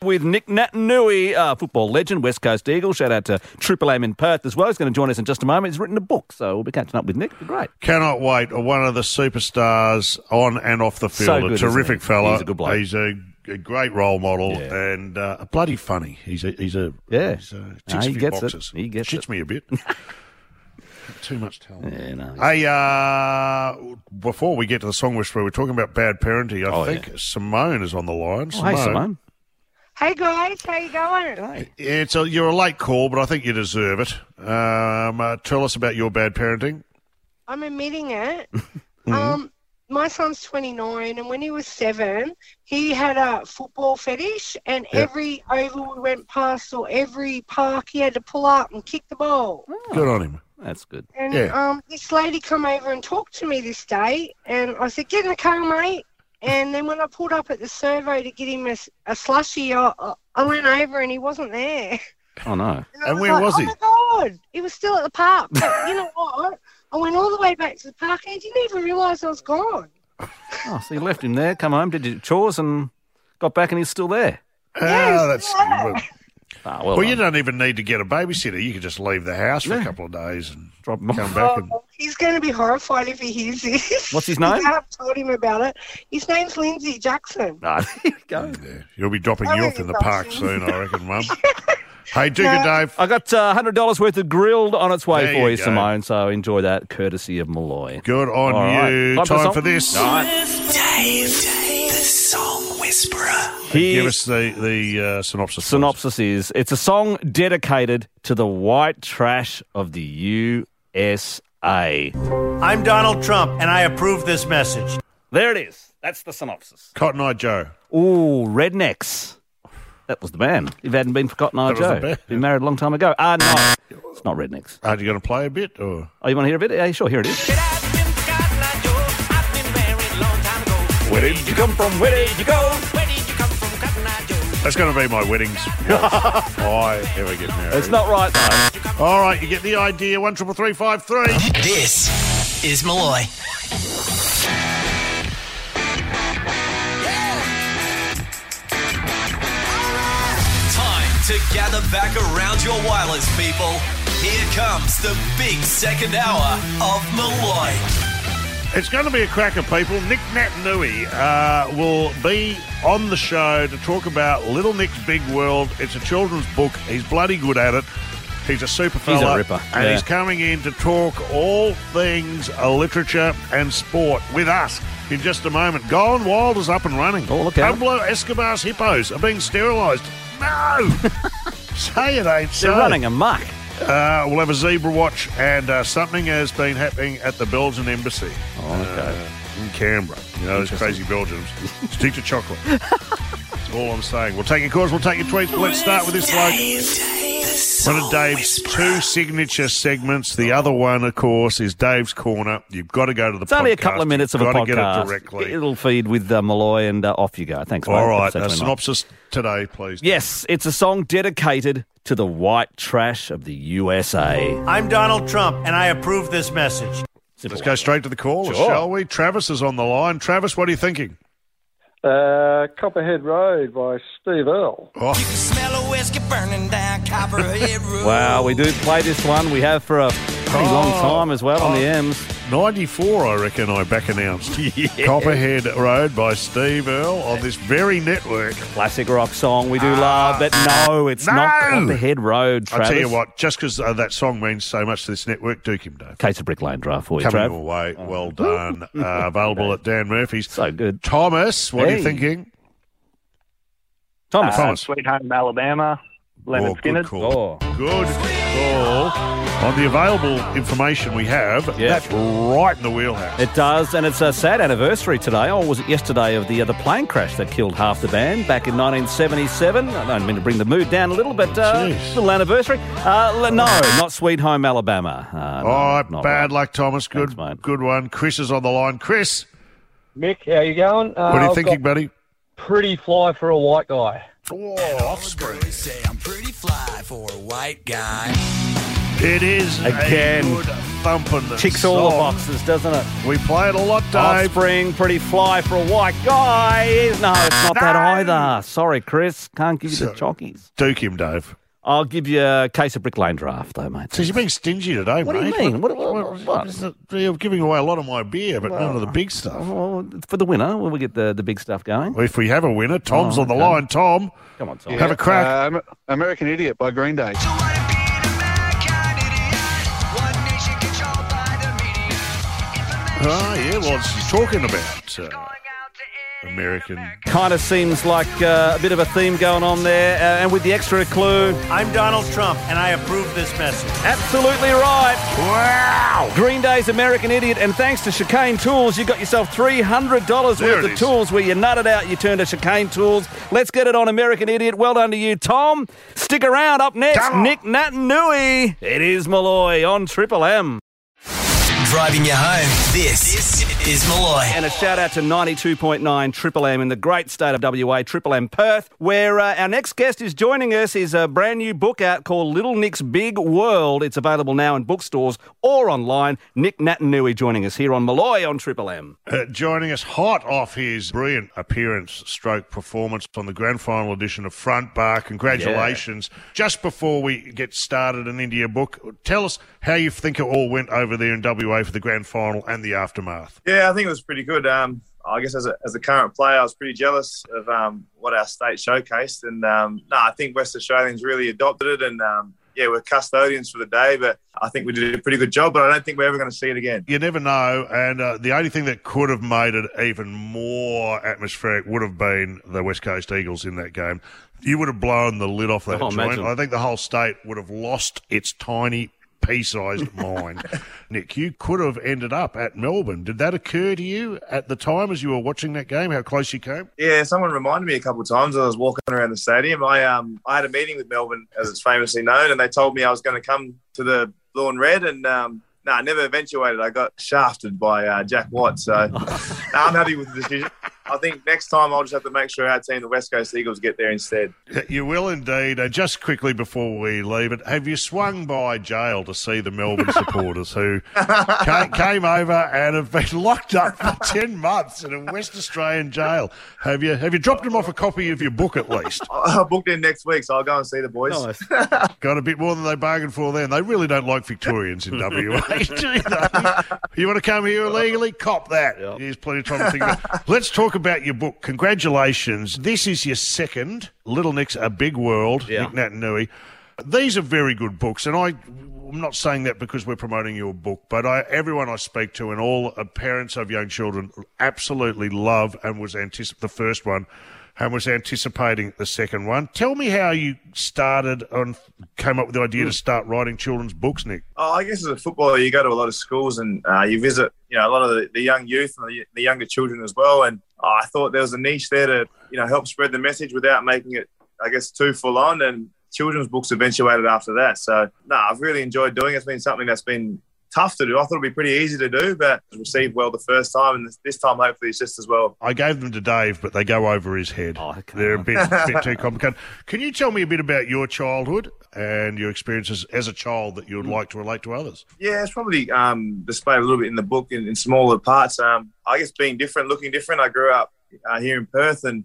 [SPEAKER 3] With Nick Natanui, uh, football legend, West Coast Eagle. Shout out to Triple M in Perth as well. He's going to join us in just a moment. He's written a book, so we'll be catching up with Nick. It'll be Great.
[SPEAKER 2] Cannot wait. One of the superstars on and off the
[SPEAKER 3] So
[SPEAKER 2] field.
[SPEAKER 3] good,
[SPEAKER 2] a
[SPEAKER 3] isn't
[SPEAKER 2] terrific
[SPEAKER 3] he?
[SPEAKER 2] fella.
[SPEAKER 3] He's a good bloke.
[SPEAKER 2] He's a, a great role model and uh, bloody funny. He's a he's a
[SPEAKER 3] Yeah.
[SPEAKER 2] He's a,
[SPEAKER 3] No,
[SPEAKER 2] ticks
[SPEAKER 3] he
[SPEAKER 2] me
[SPEAKER 3] gets it.
[SPEAKER 2] boxes.
[SPEAKER 3] He gets
[SPEAKER 2] Shits
[SPEAKER 3] it.
[SPEAKER 2] me
[SPEAKER 3] [laughs]
[SPEAKER 2] a bit. Too much talent.
[SPEAKER 3] Yeah, no.
[SPEAKER 2] Hey, uh, before we get to the song whisperer, we're talking about bad parenting. I think Simone is on the line.
[SPEAKER 3] Oh, hey, Simone.
[SPEAKER 18] [laughs] Hey guys, how you going?
[SPEAKER 2] It's a, you're a late call, but I think you deserve it. Um, uh, tell us about your bad parenting.
[SPEAKER 18] I'm admitting it.
[SPEAKER 2] Mhm.
[SPEAKER 18] Um, my son's 29, and when he was seven, he had a football fetish, and
[SPEAKER 2] Yeah.
[SPEAKER 18] every oval we went past or every park, he had to pull up and kick the ball.
[SPEAKER 2] Good on him.
[SPEAKER 3] That's good.
[SPEAKER 18] And
[SPEAKER 2] Mm-hmm. yeah.
[SPEAKER 18] um, this lady come over and talked to me this day, and I said, "Get in the car, mate." And then when I pulled up at the servo to get him a, s- a slushy, I, I- I went over and he wasn't there. [laughs]
[SPEAKER 3] Oh, no.
[SPEAKER 18] I
[SPEAKER 2] and where
[SPEAKER 18] like,
[SPEAKER 2] was he?
[SPEAKER 18] Oh my god, he was still at the park. But you know what? I went all the way back to the park and I didn't even realise I was gone.
[SPEAKER 3] Oh, so you left him there, come home, did your chores, and got back, and he's still there.
[SPEAKER 2] Ah, that's well,
[SPEAKER 3] Ah,
[SPEAKER 2] well,
[SPEAKER 3] well,
[SPEAKER 2] you
[SPEAKER 3] done.
[SPEAKER 2] don't even need to get a babysitter. You can just leave the house for a couple of days and
[SPEAKER 3] Drop him
[SPEAKER 2] come
[SPEAKER 3] off.
[SPEAKER 2] back. And,
[SPEAKER 18] Oh, he's going to be horrified if he hears this.
[SPEAKER 2] What's his name?
[SPEAKER 18] [laughs] I have told him about it. His name's Lindsay Jackson.
[SPEAKER 2] [laughs]
[SPEAKER 3] Ah, there you go.
[SPEAKER 2] you'll be dropping you off in the park soon, I reckon, Mum. hey, Duke and Dave.
[SPEAKER 3] I got uh, $100 worth of grilled on its way
[SPEAKER 2] There
[SPEAKER 3] for
[SPEAKER 2] you
[SPEAKER 3] you,
[SPEAKER 2] go.
[SPEAKER 3] Simone, so enjoy that courtesy of Malloy.
[SPEAKER 2] Good on
[SPEAKER 3] All right.
[SPEAKER 2] you.
[SPEAKER 3] Time for
[SPEAKER 2] Time
[SPEAKER 3] song?
[SPEAKER 2] for this.
[SPEAKER 3] All right.
[SPEAKER 1] Dave, the song whisperer.
[SPEAKER 2] Give us the the uh, synopsis.
[SPEAKER 3] Synopsis is it's a song dedicated to the white trash of the USA.
[SPEAKER 19] I'm Donald Trump, and I approve this message.
[SPEAKER 3] There it is. That's the synopsis.
[SPEAKER 2] Cotton Eye Joe.
[SPEAKER 3] Ooh, Rednecks. That was the band. If it hadn't been for Cotton Eye
[SPEAKER 2] That was the
[SPEAKER 3] Joe,
[SPEAKER 2] band.
[SPEAKER 3] been married a long time ago. Ah, no, it's not Rednecks.
[SPEAKER 2] Are you going to play a bit? Or
[SPEAKER 3] Oh, you want to hear a bit? Yeah, sure. Here it is.
[SPEAKER 19] Where did you come from? Where did you go?
[SPEAKER 4] Where did you come from, Cotton Eye Joe?
[SPEAKER 2] That's going to be my weddings. I ever get
[SPEAKER 3] [laughs]
[SPEAKER 2] married.
[SPEAKER 3] It's not right, though.
[SPEAKER 2] All right, you get the idea. One triple three five three.
[SPEAKER 1] This is Malloy. Time to gather back around your wireless, people. Here comes the big second hour of Malloy.
[SPEAKER 2] It's going to be a cracker, people. Nick Nat Nui uh, will be on the show to talk about Little Nick's Big World. It's a children's book. He's bloody good at it. He's a super fella.
[SPEAKER 3] ripper,
[SPEAKER 2] And
[SPEAKER 3] yeah.
[SPEAKER 2] he's coming in to talk all things uh, literature and sport with us in just a moment. Gone Wild is up and running. Oh, look
[SPEAKER 3] out.
[SPEAKER 2] Pablo Escobar's hippos are being sterilised.
[SPEAKER 3] [laughs]
[SPEAKER 2] No! Say it ain't so.
[SPEAKER 3] They're running amok.
[SPEAKER 2] Uh, we'll have a zebra watch, and uh, something has been happening at the Belgian embassy.
[SPEAKER 3] okay.
[SPEAKER 2] uh, in Canberra. You know, those crazy Belgians. Stick to chocolate. That's all I'm saying. We'll take your calls, we'll take your tweets, but let's start with this bloke. One of Dave's two signature segments. The other one, of course, is Dave's Corner. You've got to go to the
[SPEAKER 3] It's only a
[SPEAKER 2] podcast.
[SPEAKER 3] couple of minutes of
[SPEAKER 2] You've
[SPEAKER 3] a
[SPEAKER 2] got to
[SPEAKER 3] podcast.
[SPEAKER 2] get it directly.
[SPEAKER 3] It'll feed with uh, Malloy and uh, off you go. Thanks, mate.
[SPEAKER 2] All right,
[SPEAKER 3] That's
[SPEAKER 2] a
[SPEAKER 3] certainly not-
[SPEAKER 2] synopsis today, please.
[SPEAKER 3] Yes, it's a song dedicated to the white trash of the USA.
[SPEAKER 19] I'm Donald Trump, and I approve this message.
[SPEAKER 2] Let's go straight to the callers,
[SPEAKER 19] Sure.
[SPEAKER 2] shall we? Travis is on the line. Travis, what are you thinking?
[SPEAKER 20] Uh, Copperhead Road by Steve Earle.
[SPEAKER 2] Oh.
[SPEAKER 8] Smell a whiskey burning down Copperhead Road.
[SPEAKER 3] Wow, we do play this one. We have for a pretty long
[SPEAKER 2] Oh.
[SPEAKER 3] time as well on the M's.
[SPEAKER 2] 94, I reckon, I
[SPEAKER 3] [laughs]
[SPEAKER 2] back announced. Copperhead Road by Steve Earle on this very network. Ah.
[SPEAKER 3] Classic rock song we do love, but no, it's not
[SPEAKER 2] No!
[SPEAKER 3] Copperhead Road, Travis.
[SPEAKER 2] I tell you what, just because uh, that song means so much to this network, do him, Dave.
[SPEAKER 3] Case of Brick Lane draft for you, Trav.
[SPEAKER 2] Coming your way.
[SPEAKER 3] [laughs]
[SPEAKER 2] Well done. uh, available at Dan Murphy's. So good. Thomas, what are
[SPEAKER 21] Hey.
[SPEAKER 2] you thinking?
[SPEAKER 21] Thomas.
[SPEAKER 2] Thomas.
[SPEAKER 21] Sweet Home Alabama, Leonard
[SPEAKER 2] Uh, Oh, good
[SPEAKER 21] Skinner.
[SPEAKER 2] call. Good
[SPEAKER 3] Oh.
[SPEAKER 2] call. On the available information we have, that's right in the wheelhouse.
[SPEAKER 3] It does, and it's a sad anniversary today, or was it yesterday, of the uh, the plane crash that killed half the band back in 1977. I don't mean to bring the mood down a little, but uh, little anniversary. Uh, l- no, not Sweet Home Alabama. Uh, no,
[SPEAKER 2] All right,
[SPEAKER 3] not
[SPEAKER 2] bad
[SPEAKER 3] right.
[SPEAKER 2] luck, Thomas. Good, good one. Chris is on the line. Chris,
[SPEAKER 22] Mick, how you going? Uh,
[SPEAKER 2] what are you
[SPEAKER 22] I've
[SPEAKER 2] thinking,
[SPEAKER 22] got
[SPEAKER 2] buddy?
[SPEAKER 22] Pretty fly for a white guy.
[SPEAKER 2] offspring.
[SPEAKER 22] Say I'm pretty fly for a white guy.
[SPEAKER 2] It is
[SPEAKER 3] Again.
[SPEAKER 2] a good thumping
[SPEAKER 3] Ticks all the
[SPEAKER 2] song.
[SPEAKER 3] boxes, doesn't it?
[SPEAKER 2] We play it a lot, Dave.
[SPEAKER 3] Offspring, pretty fly for a white guy. No, it's not that either. Sorry, Chris. Can't give you the chockies.
[SPEAKER 2] Duke him, Dave.
[SPEAKER 3] I'll give you a case of Brick Lane draft, though, mate.
[SPEAKER 2] So you're being stingy today,
[SPEAKER 3] What do
[SPEAKER 2] mate.
[SPEAKER 3] you mean? What-
[SPEAKER 2] is it- You're giving away a lot of my beer, but none of the big stuff.
[SPEAKER 3] Well, for the winner, when we get the, the big stuff going.
[SPEAKER 2] If we have a winner, Tom's
[SPEAKER 3] Oh,
[SPEAKER 2] on the
[SPEAKER 3] okay. uh,
[SPEAKER 2] line. Tom,
[SPEAKER 3] Come on, Tom.
[SPEAKER 2] have a crack.
[SPEAKER 23] Um, American Idiot by Green Day.
[SPEAKER 2] Ah, yeah, well, it's talking about uh, American.
[SPEAKER 3] Kind of seems like uh, a bit of a theme going on there. Uh, and with the extra clue,
[SPEAKER 19] I'm Donald Trump, and I approve this message.
[SPEAKER 3] absolutely right. Wow. Green Day's American Idiot. And thanks to Chicane Tools, you got yourself $300
[SPEAKER 2] There it
[SPEAKER 3] worth of
[SPEAKER 2] is.
[SPEAKER 3] tools where you nutted out, you turned to Chicane Tools. Let's get it on American Idiot. Well done to you, Tom. Stick around. Up next, Nick Natanui. It is Malloy on Triple M.
[SPEAKER 1] Driving you home. This is Malloy.
[SPEAKER 3] And a shout out to 92.9 Triple M in the great state of WA, Triple M Perth, where uh, our next guest is joining us is a brand new book out called Little Nick's Big World. It's available now in bookstores or online. Nick Natanui joining us here on Malloy on Triple M.
[SPEAKER 2] Uh, joining us hot off his brilliant appearance stroke performance on the grand final edition of Front Bar. Congratulations. Just before we get started and into your book, tell us how you think it all went over there in WA for the grand final and the aftermath.
[SPEAKER 24] Yeah, I think it was pretty good. Um, I guess as a, as a current player, I was pretty jealous of um, what our state showcased, and um, no, I think West Australians really adopted it, and um, yeah, we're custodians for the day, but I think we did a pretty good job. But I don't think we're ever going to see it again.
[SPEAKER 2] You never know, and uh, the only thing that could have made it even more atmospheric would have been the West Coast Eagles in that game. You would have blown the lid off that
[SPEAKER 3] Oh,
[SPEAKER 2] joint.
[SPEAKER 3] imagine.
[SPEAKER 2] I think the whole state would have lost its tiny
[SPEAKER 3] [laughs]
[SPEAKER 2] pea-sized mind. Nick, you could have ended up at Melbourne. Did that occur to you at the time as you were watching that game? How close you came?
[SPEAKER 24] Yeah, someone reminded me a couple of times as I was walking around the stadium. I um I had a meeting with Melbourne, as it's famously known, and they told me I was going to come to the blue and red, and um, no, I never eventuated. I got shafted by uh, Jack Watt, so no, I'm happy with the decision. I think next time I'll just have to make sure our team, the West Coast Eagles, get there instead.
[SPEAKER 2] You will indeed. Uh, just quickly before we leave it, have you swung by jail to see the Melbourne supporters who ca- came over and have been [laughs] locked up for ten months in a West Australian jail? Have you have you dropped them off a copy of your book at least?
[SPEAKER 24] I booked in next week, so I'll go and see the boys.
[SPEAKER 2] Got a bit more than they bargained for then. They really don't like
[SPEAKER 24] [laughs]
[SPEAKER 2] Victorians in WA. do they? You want to come here illegally? Cop that. There's plenty of time to think about it. Let's talk about your book. Congratulations. This is your second, Little Nick's A Big World, Nick Nat and Nui. These are very good books, and I, I'm not saying that because we're promoting your book, but I, everyone I speak to and all uh, parents of young children absolutely love and was anticip- the first one and was anticipating the second one. Tell me how you started and came up with the idea to start writing children's books, Nick.
[SPEAKER 24] Oh, I guess as a footballer, you go to a lot of schools and uh, you visit, you know, a lot of the, the young youth and the, the younger children as well. And I thought there was a niche there to, you know, help spread the message without making it, I guess, too full on. And children's books eventuated after that. So, no, I've really enjoyed doing it. It's been something that's been tough to do. I thought it'd be pretty easy to do, but it was received well the first time, and this, this time hopefully it's just as well.
[SPEAKER 2] I gave them to Dave, but they go over his head. They're a bit, bit too complicated. Can you tell me a bit about your childhood and your experiences as a child that you would like to relate to others?
[SPEAKER 24] Yeah, it's probably um, displayed a little bit in the book in, in smaller parts. Um, I guess being different, looking different. I grew up uh, here in Perth, and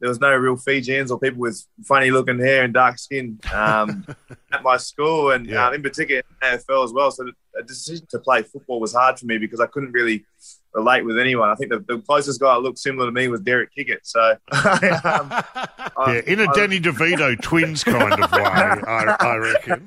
[SPEAKER 24] there was no real Fijians or people with funny looking hair and dark skin um, at my school, and
[SPEAKER 2] Yeah.
[SPEAKER 24] um, in particular AFL as well. So a decision to play football was hard for me because I couldn't really relate with anyone. I think the, the closest guy that looked similar to me was Derek Kickett. So
[SPEAKER 2] yeah, in a
[SPEAKER 24] I-
[SPEAKER 2] Danny DeVito twins kind of
[SPEAKER 24] [laughs]
[SPEAKER 2] way, I, I reckon.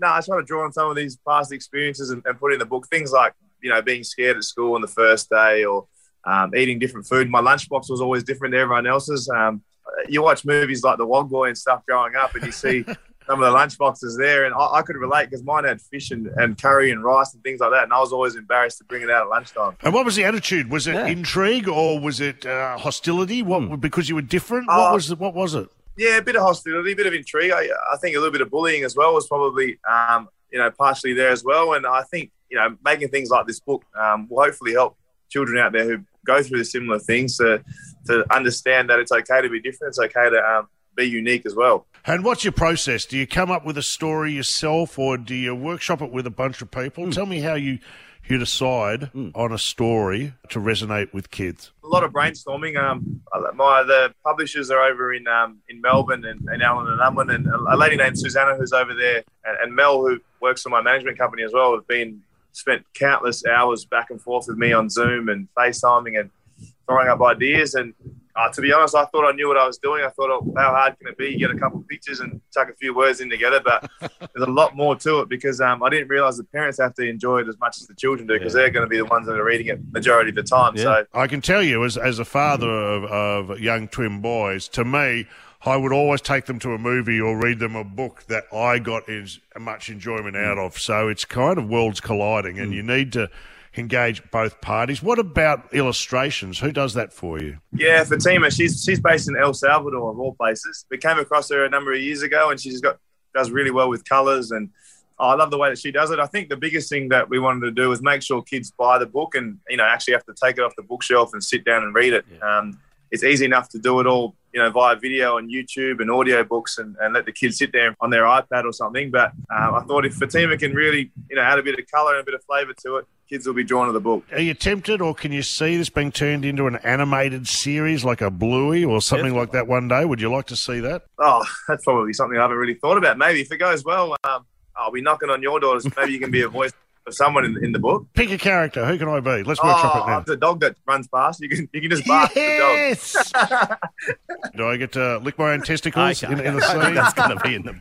[SPEAKER 24] no, I try to draw on some of these past experiences and, and put in the book things like you know being scared at school on the first day or um, eating different food. My lunchbox was always different to everyone else's. Um, you watch movies like The Wog Boy and stuff growing up, and you
[SPEAKER 2] [laughs]
[SPEAKER 24] see some of the lunchboxes there, and I, I could relate because mine had fish and, and curry and rice and things like that, and I was always embarrassed to bring it out at lunchtime.
[SPEAKER 2] And what was the attitude? Was it intrigue or was it uh, hostility? What because you were different?
[SPEAKER 24] Uh,
[SPEAKER 2] what was the, what was it?
[SPEAKER 24] Yeah, a bit of hostility, a bit of intrigue. I, I think a little bit of bullying as well was probably, um, you know, partially there as well. And I think, you know, making things like this book um, will hopefully help children out there who go through the similar things to, to understand that it's okay to be different. It's okay to um, be unique as well.
[SPEAKER 2] And what's your process? Do you come up with a story yourself or do you workshop it with a bunch of people? Tell me how you you decide on a story to resonate with kids.
[SPEAKER 24] a lot of brainstorming. Um, my the publishers are over in um, in Melbourne and, and Alan and Unwin and a lady named Susanna who's over there and, and Mel who works for my management company as well have been spent countless hours back and forth with me on Zoom and FaceTiming and throwing up ideas and. Uh, to be honest, I thought I knew what I was doing. I thought, oh, how hard can it be? You get a couple of pictures and tuck a few words in together, but there's a lot more to it because um, I didn't realize the parents have to enjoy it as much as the children do because
[SPEAKER 2] Yeah.
[SPEAKER 24] they're going to be the ones that are reading it majority of the time. So
[SPEAKER 2] I can tell you, as as a father of, of young twin boys, to me, I would always take them to a movie or read them a book that I got as much enjoyment out of. So it's kind of worlds colliding, and you need to engage both parties. What about illustrations? Who does that for you?
[SPEAKER 24] Yeah, Fatima. She's she's based in El Salvador of all places. We came across her a number of years ago, and she's got does really well with colors, and I love the way that she does it. I think the biggest thing that we wanted to do was make sure kids buy the book, and you know actually have to take it off the bookshelf and sit down and read it. Um, it's easy enough to do it all, you know, via video on YouTube and audio books, and, and let the kids sit there on their iPad or something. But um, I thought if Fatima can really, you know, add a bit of color and a bit of flavor to it, kids will be drawn to the book.
[SPEAKER 2] Are you tempted, or can you see this being turned into an animated series like a Bluey or something like that one day? Would you like to see that?
[SPEAKER 24] Oh, [laughs] that's probably something I haven't really thought about. Maybe if it goes well, um, I'll be knocking on your doors. Maybe you can be a voice of someone in, in the book.
[SPEAKER 2] Pick a character. Who can I be? Let's workshop
[SPEAKER 24] Oh,
[SPEAKER 2] it now.
[SPEAKER 24] the dog that runs past. You can you can just bark yes! [laughs]
[SPEAKER 2] at the dog. Do I get to lick my own testicles
[SPEAKER 5] Oh. Okay.
[SPEAKER 2] in, in the
[SPEAKER 5] [laughs] I think
[SPEAKER 2] scene?
[SPEAKER 5] that's gonna be in the-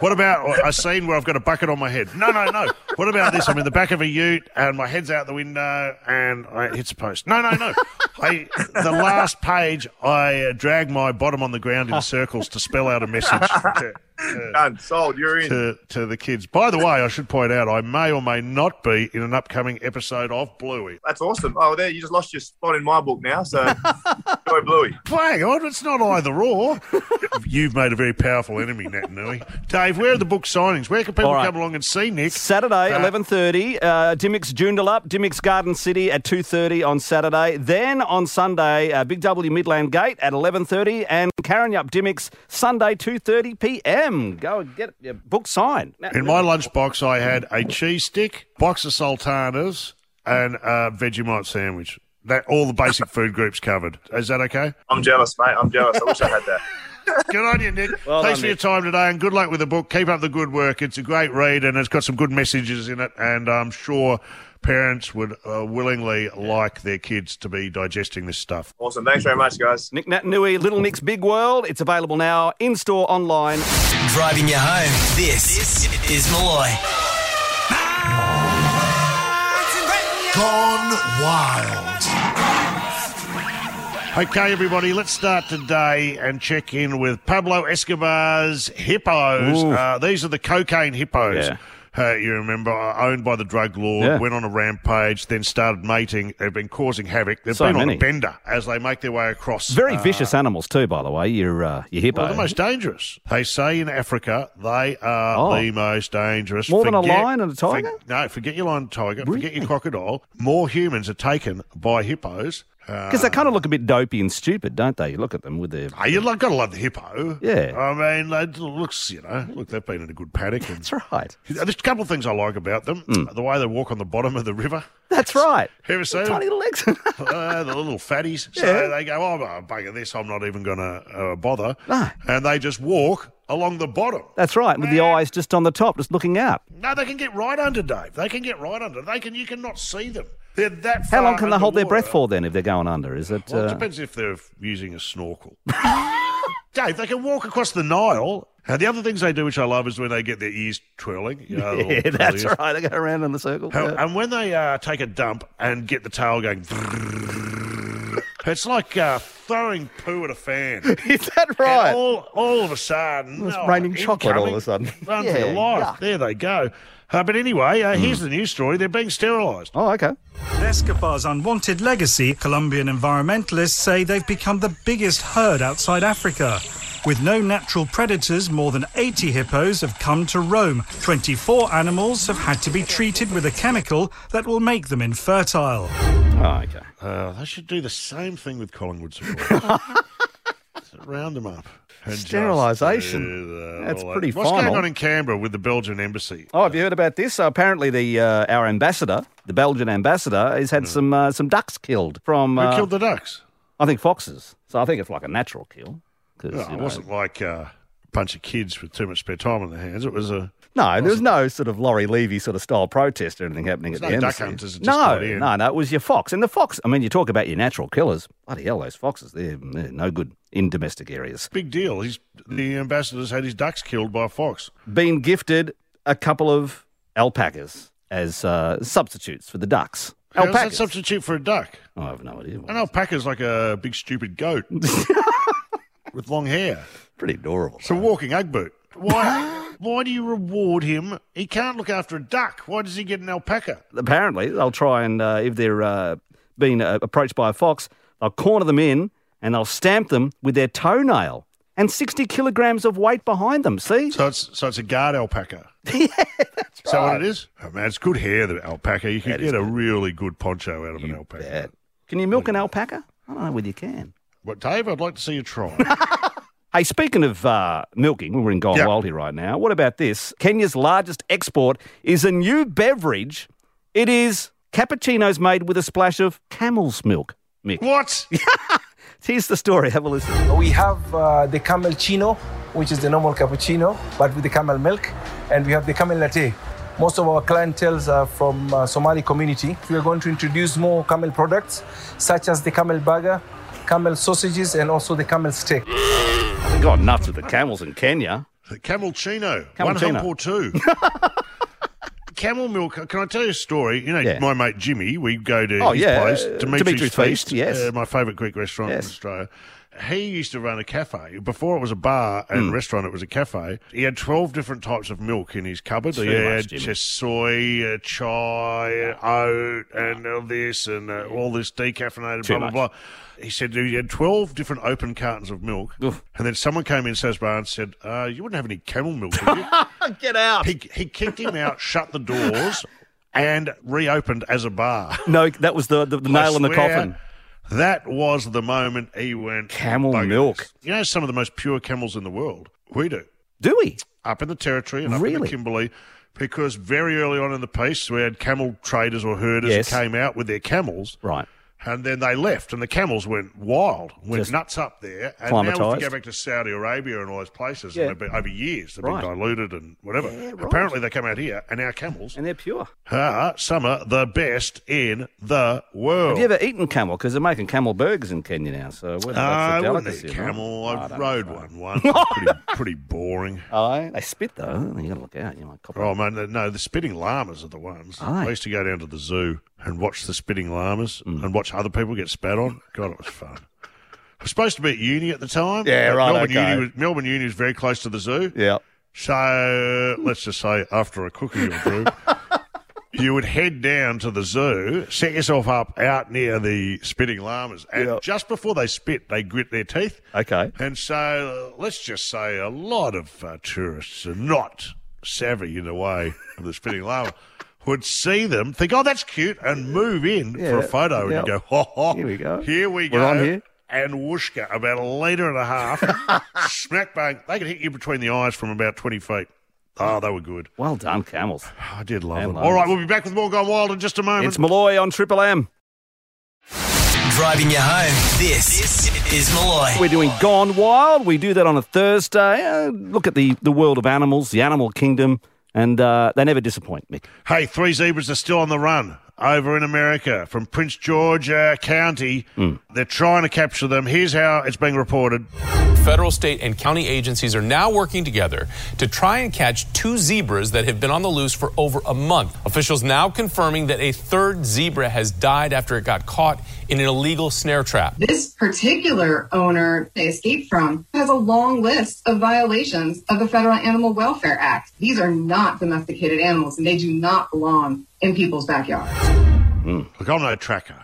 [SPEAKER 2] What about a scene where I've got a bucket on my head? No, no, no. What about this? I'm in the back of a ute and my head's out the window and I it hits a post. No, no, no. I,
[SPEAKER 24] [laughs]
[SPEAKER 2] the last page, I uh, drag my bottom on the ground in circles to spell out a message.
[SPEAKER 24] Done. Sold. You're in.
[SPEAKER 2] to, to the kids. By the way, I should point out I may or may not be in an upcoming episode of Bluey.
[SPEAKER 24] That's awesome. Oh, there, you just lost your spot in my book now. So, enjoy Bluey.
[SPEAKER 2] Hang on, it's not either or. You've made a very powerful enemy, Nat Nui. Dave, where are the book signings? Where can people
[SPEAKER 3] All right.
[SPEAKER 2] come along and see Nick?
[SPEAKER 3] Saturday,
[SPEAKER 2] Uh,
[SPEAKER 3] eleven thirty, uh, Dimmicks Joondalup, Dimmicks Garden City at two thirty on Saturday. Then on Sunday, uh, Big W Midland Gate at eleven thirty, and Karrinyup Dimmicks Sunday two thirty p.m. Go and get your book signed. Now-
[SPEAKER 2] In my lunchbox, I had a cheese stick, box of sultanas, and a Vegemite sandwich. That all the basic food groups covered. Is that okay?
[SPEAKER 24] I'm jealous, mate. I'm jealous. I wish I had that.
[SPEAKER 2] Good on you, Nick. Thanks for your time today, and good luck with the book. Keep up the good work. It's a great read, and it's got some good messages in it. And I'm sure parents would uh, willingly like their kids to be digesting this stuff.
[SPEAKER 24] Awesome. Thanks very much, guys.
[SPEAKER 3] Nick Nat Nui, Little Nick's Big World. It's available now in store, online.
[SPEAKER 1] Driving you home. This, is Malloy.
[SPEAKER 5] Gone wild.
[SPEAKER 2] Okay, everybody, let's start today and check in with Pablo Escobar's hippos.
[SPEAKER 6] Ooh.
[SPEAKER 2] Uh, these are the cocaine hippos.
[SPEAKER 6] Yeah.
[SPEAKER 2] Uh, you remember, uh, owned by the drug lord,
[SPEAKER 6] Yeah.
[SPEAKER 2] went on a rampage, then started mating. They've been causing havoc. They've
[SPEAKER 3] So
[SPEAKER 2] been on
[SPEAKER 3] many.
[SPEAKER 2] a bender as they make their way across.
[SPEAKER 3] Very
[SPEAKER 2] uh,
[SPEAKER 3] vicious animals too, by the way. Your uh, your hippo.
[SPEAKER 2] Well, the most dangerous. They say in Africa they are
[SPEAKER 3] Oh.
[SPEAKER 2] the most dangerous.
[SPEAKER 3] More than a lion and a tiger?
[SPEAKER 2] forg- no, forget your lion and tiger. Forget your crocodile. More humans are taken by hippos. Uh,
[SPEAKER 3] because they kind of look a bit dopey and stupid, don't they? You look at them with their.
[SPEAKER 2] Oh, you lo- gotta love the hippo.
[SPEAKER 3] Yeah.
[SPEAKER 2] I mean, it looks, you know, look, they've been in a good paddock. And That's
[SPEAKER 3] right. Hmm.
[SPEAKER 2] There's a couple of things I like about them. The way they walk on the bottom of the river.
[SPEAKER 3] That's
[SPEAKER 2] [laughs]
[SPEAKER 3] right.
[SPEAKER 2] Ever seen
[SPEAKER 3] Tiny little legs.
[SPEAKER 2] uh, the little fatties.
[SPEAKER 3] Yeah.
[SPEAKER 2] So they go, oh, I'm bugger this. I'm not even going to uh, bother. And they just walk along the bottom.
[SPEAKER 3] [laughs] That's right, with the eyes just on the top, just looking out.
[SPEAKER 2] No, they can get right under, Dave. They can get right under. They can. You cannot see them. They're that.
[SPEAKER 3] How
[SPEAKER 2] far
[SPEAKER 3] long can they hold their
[SPEAKER 2] underwater.
[SPEAKER 3] breath for then if they're going under? Is it?
[SPEAKER 2] Well, it
[SPEAKER 3] uh, [laughs]
[SPEAKER 2] depends if they're using a snorkel. [laughs] Dave, they can walk across the Nile. And the other things they do, which I love, is when they get their ears twirling.
[SPEAKER 3] [laughs]
[SPEAKER 2] you know, the
[SPEAKER 3] yeah,
[SPEAKER 2] little
[SPEAKER 3] that's
[SPEAKER 2] ears.
[SPEAKER 3] right. They go around in the circle.
[SPEAKER 2] How-
[SPEAKER 3] Yeah.
[SPEAKER 2] And when they uh, take a dump and get the tail going, [laughs] it's like uh, throwing poo at a fan.
[SPEAKER 3] Is that
[SPEAKER 2] right? all, all of a sudden, oh,
[SPEAKER 6] It's
[SPEAKER 2] no,
[SPEAKER 6] raining chocolate all of
[SPEAKER 2] incoming.
[SPEAKER 6] a
[SPEAKER 2] [laughs]
[SPEAKER 6] sudden.
[SPEAKER 2] Run for
[SPEAKER 6] Yeah,
[SPEAKER 2] your life.
[SPEAKER 6] yuck.
[SPEAKER 2] There they go. Uh, but anyway, uh, here's the news story. They're being sterilised.
[SPEAKER 3] Oh, okay.
[SPEAKER 7] Escobar's unwanted legacy, Colombian environmentalists say they've become the biggest herd outside Africa. With no natural predators, more than 80 hippos have come to Rome. 24 animals have had to be treated with a chemical that will make them infertile.
[SPEAKER 3] Oh, okay.
[SPEAKER 2] Uh, they should do the same thing with
[SPEAKER 3] [laughs]
[SPEAKER 2] Collingwood supporters. Round them up. And just
[SPEAKER 3] Sterilisation.
[SPEAKER 2] do that.
[SPEAKER 3] That's
[SPEAKER 2] All
[SPEAKER 3] pretty
[SPEAKER 2] What's going
[SPEAKER 3] final.
[SPEAKER 2] on in Canberra with the Belgian embassy?
[SPEAKER 3] Oh, have you heard about this? So apparently, the uh, our ambassador, the Belgian ambassador, has had some uh, some ducks killed from.
[SPEAKER 2] Hmm. Who
[SPEAKER 3] uh,
[SPEAKER 2] killed the ducks?
[SPEAKER 3] I think foxes. So I think it's like a natural kill. 'cause,
[SPEAKER 2] No,
[SPEAKER 3] you
[SPEAKER 2] Oh, it
[SPEAKER 3] know-
[SPEAKER 2] wasn't like uh, a bunch of kids with too much spare time on their hands. It was a
[SPEAKER 3] No, there was no sort of Laurie Levy sort of style protest or anything happening
[SPEAKER 2] There's
[SPEAKER 3] at
[SPEAKER 2] no
[SPEAKER 3] the
[SPEAKER 2] duck
[SPEAKER 3] embassy.
[SPEAKER 2] hunters that just
[SPEAKER 3] no,
[SPEAKER 2] got in.
[SPEAKER 3] no, no. It was your fox, and the fox. I mean, you talk about your natural killers. Bloody hell, those foxes—they're they're no good in domestic areas.
[SPEAKER 2] big deal. He's the ambassador's had his ducks killed by a fox.
[SPEAKER 3] Been gifted a couple of alpacas as uh, substitutes for the ducks.
[SPEAKER 2] How's that
[SPEAKER 3] Alpacas.
[SPEAKER 2] substitute for a duck?
[SPEAKER 3] I have no idea.
[SPEAKER 2] An alpaca's like a big stupid
[SPEAKER 3] [laughs]
[SPEAKER 2] goat with long hair.
[SPEAKER 3] Pretty adorable.
[SPEAKER 2] It's a walking ugboot. Why? why do you reward him? He can't look after a duck. Why does he get an alpaca?
[SPEAKER 3] apparently they'll try and uh, if they're uh, being uh, approached by a fox, they'll corner them in and they'll stamp them with their toenail and 60 kilograms of weight behind them. See,
[SPEAKER 2] so it's so it's a guard alpaca.
[SPEAKER 3] That's
[SPEAKER 2] So what it is? Oh, man, it's good hair, the alpaca. You can get a really good poncho out of an alpaca.
[SPEAKER 3] Can you milk an alpaca? I don't know whether you can.
[SPEAKER 2] But Dave, I'd like to see you try.
[SPEAKER 3] [laughs] Hey, speaking of uh, milking, we're in Gone
[SPEAKER 2] Yeah.
[SPEAKER 3] Wild here right now. What about this? Kenya's largest export is a new beverage. It is cappuccinos made with a splash of camel's milk. Mick.
[SPEAKER 2] What?
[SPEAKER 3] Here's the story. Have a listen.
[SPEAKER 9] We have uh, the camel chino, which is the normal cappuccino, but with the camel milk, and we have the camel latte. Most of our clientels are from uh, Somali community. We are going to introduce more camel products, such as the camel burger, camel sausages, and also the camel steak.
[SPEAKER 3] They've [laughs] gone nuts with the camels in Kenya.
[SPEAKER 2] The camel chino. One
[SPEAKER 3] Camelchino.
[SPEAKER 2] hump or two. Camel milk. Can I tell you a story? You know, my mate Jimmy, we go to
[SPEAKER 3] Oh,
[SPEAKER 2] his
[SPEAKER 3] yeah,
[SPEAKER 2] place,
[SPEAKER 3] uh,
[SPEAKER 2] Dimitri's,
[SPEAKER 3] Dimitri's Feast, yes.
[SPEAKER 2] uh, my favourite Greek restaurant in Australia. he used to run a cafe. Before it was a bar and
[SPEAKER 3] Mm.
[SPEAKER 2] restaurant, it was a cafe. He had 12 different types of milk in his cupboard.
[SPEAKER 5] Too
[SPEAKER 2] he had
[SPEAKER 5] much, Jimmy.
[SPEAKER 2] just soy, uh, chai, uh, oat, and all this, and uh, all this decaffeinated,
[SPEAKER 5] Too
[SPEAKER 2] blah, blah, blah. He said he had 12 different open cartons of milk. And then someone came in South Bar and said, uh, You wouldn't have any camel milk,
[SPEAKER 3] [laughs]
[SPEAKER 2] would you?
[SPEAKER 24] [laughs]
[SPEAKER 3] Get out.
[SPEAKER 2] He, he kicked him out, [laughs] shut the doors, and reopened as a bar.
[SPEAKER 3] No, that was the, the, the
[SPEAKER 2] I
[SPEAKER 3] nail in the
[SPEAKER 2] swear,
[SPEAKER 3] coffin.
[SPEAKER 2] That was the moment he went
[SPEAKER 3] camel
[SPEAKER 2] milk. You know, some of the most pure camels in the world. We do.
[SPEAKER 3] Do we?
[SPEAKER 2] Up in the territory and up in the
[SPEAKER 3] Really?
[SPEAKER 2] Kimberley, because very early on in the piece, we had camel traders or herders
[SPEAKER 3] Yes.
[SPEAKER 2] who came out with their camels.
[SPEAKER 3] Right.
[SPEAKER 2] And then they left, and the camels went wild, went
[SPEAKER 3] Just
[SPEAKER 2] nuts up there. And now, if you go
[SPEAKER 3] climatised.
[SPEAKER 2] back to Saudi Arabia and all those places,
[SPEAKER 3] Yeah.
[SPEAKER 2] and they've been, over years, they've
[SPEAKER 3] Right.
[SPEAKER 2] been diluted and whatever.
[SPEAKER 3] Yeah, right.
[SPEAKER 2] Apparently, they come out here, and our camels
[SPEAKER 3] And they're pure.
[SPEAKER 2] are some of the best in the world.
[SPEAKER 3] Have you ever eaten camel? Because they're making camel burgers in Kenya now. So whether that's a
[SPEAKER 2] Ah, I wouldn't
[SPEAKER 3] delicacy
[SPEAKER 2] eat
[SPEAKER 3] or not,
[SPEAKER 2] camel.
[SPEAKER 3] I
[SPEAKER 2] I,
[SPEAKER 3] don't
[SPEAKER 2] rode
[SPEAKER 3] know.
[SPEAKER 2] one once. It's
[SPEAKER 3] [laughs]
[SPEAKER 2] pretty, pretty boring.
[SPEAKER 3] Oh, they spit though. don't they? You got to look out. You might cop.
[SPEAKER 2] Oh man, the- no, the spitting llamas are the ones.
[SPEAKER 3] Aye.
[SPEAKER 2] I used to go down to the zoo and watch the spitting llamas and watch other people get spat on. God, it was fun. I was supposed to be at uni at the time.
[SPEAKER 5] Yeah,
[SPEAKER 2] but
[SPEAKER 5] right,
[SPEAKER 2] Melbourne
[SPEAKER 5] okay.
[SPEAKER 2] uni, was, Melbourne uni is very close to the zoo.
[SPEAKER 3] Yeah.
[SPEAKER 2] So let's just say after a cookie or two. You would head down to the zoo, set yourself up out near the spitting llamas, and just before they spit, they grit their teeth.
[SPEAKER 3] Okay.
[SPEAKER 2] And so uh, let's just say a lot of uh, tourists are not savvy in the way of the spinning llama. Would see them, think, oh, that's cute, and move in for
[SPEAKER 5] Yeah,
[SPEAKER 2] a photo and
[SPEAKER 5] yeah.
[SPEAKER 2] you go, ho, ho,
[SPEAKER 5] Here we go.
[SPEAKER 2] Here we
[SPEAKER 5] We're
[SPEAKER 2] go.
[SPEAKER 5] on here.
[SPEAKER 2] And whooshka, about a litre and
[SPEAKER 5] [laughs]
[SPEAKER 2] a half, smack bang. They could hit you between the eyes from about 20 feet. Oh, they were good.
[SPEAKER 3] Well done, camels.
[SPEAKER 2] [sighs] I did love
[SPEAKER 3] And
[SPEAKER 2] them.
[SPEAKER 3] llamas.
[SPEAKER 2] All right, we'll be back with more Gone Wild in just a moment.
[SPEAKER 3] It's Malloy on Triple M.
[SPEAKER 1] Driving you home, this is Malloy.
[SPEAKER 3] We're doing Gone Wild. We do that on a Thursday. Uh, look at the, the world of animals, the animal kingdom, and uh, they never disappoint, Mick.
[SPEAKER 2] Hey, three zebras are still on the run over in America from Prince George uh, County.
[SPEAKER 3] Hmm.
[SPEAKER 2] They're trying to capture them. Here's how it's being reported.
[SPEAKER 6] Federal, state, and county agencies are now working together to try and catch two zebras that have been on the loose for over a month. Officials now confirming that a third zebra has died after it got caught in an illegal snare trap.
[SPEAKER 10] This particular owner they escaped from has a long list of violations of the Federal Animal Welfare Act. These are not domesticated animals and they do not belong in people's backyards.
[SPEAKER 3] Hmm.
[SPEAKER 2] Look, I'm no
[SPEAKER 3] [laughs]
[SPEAKER 2] tracker,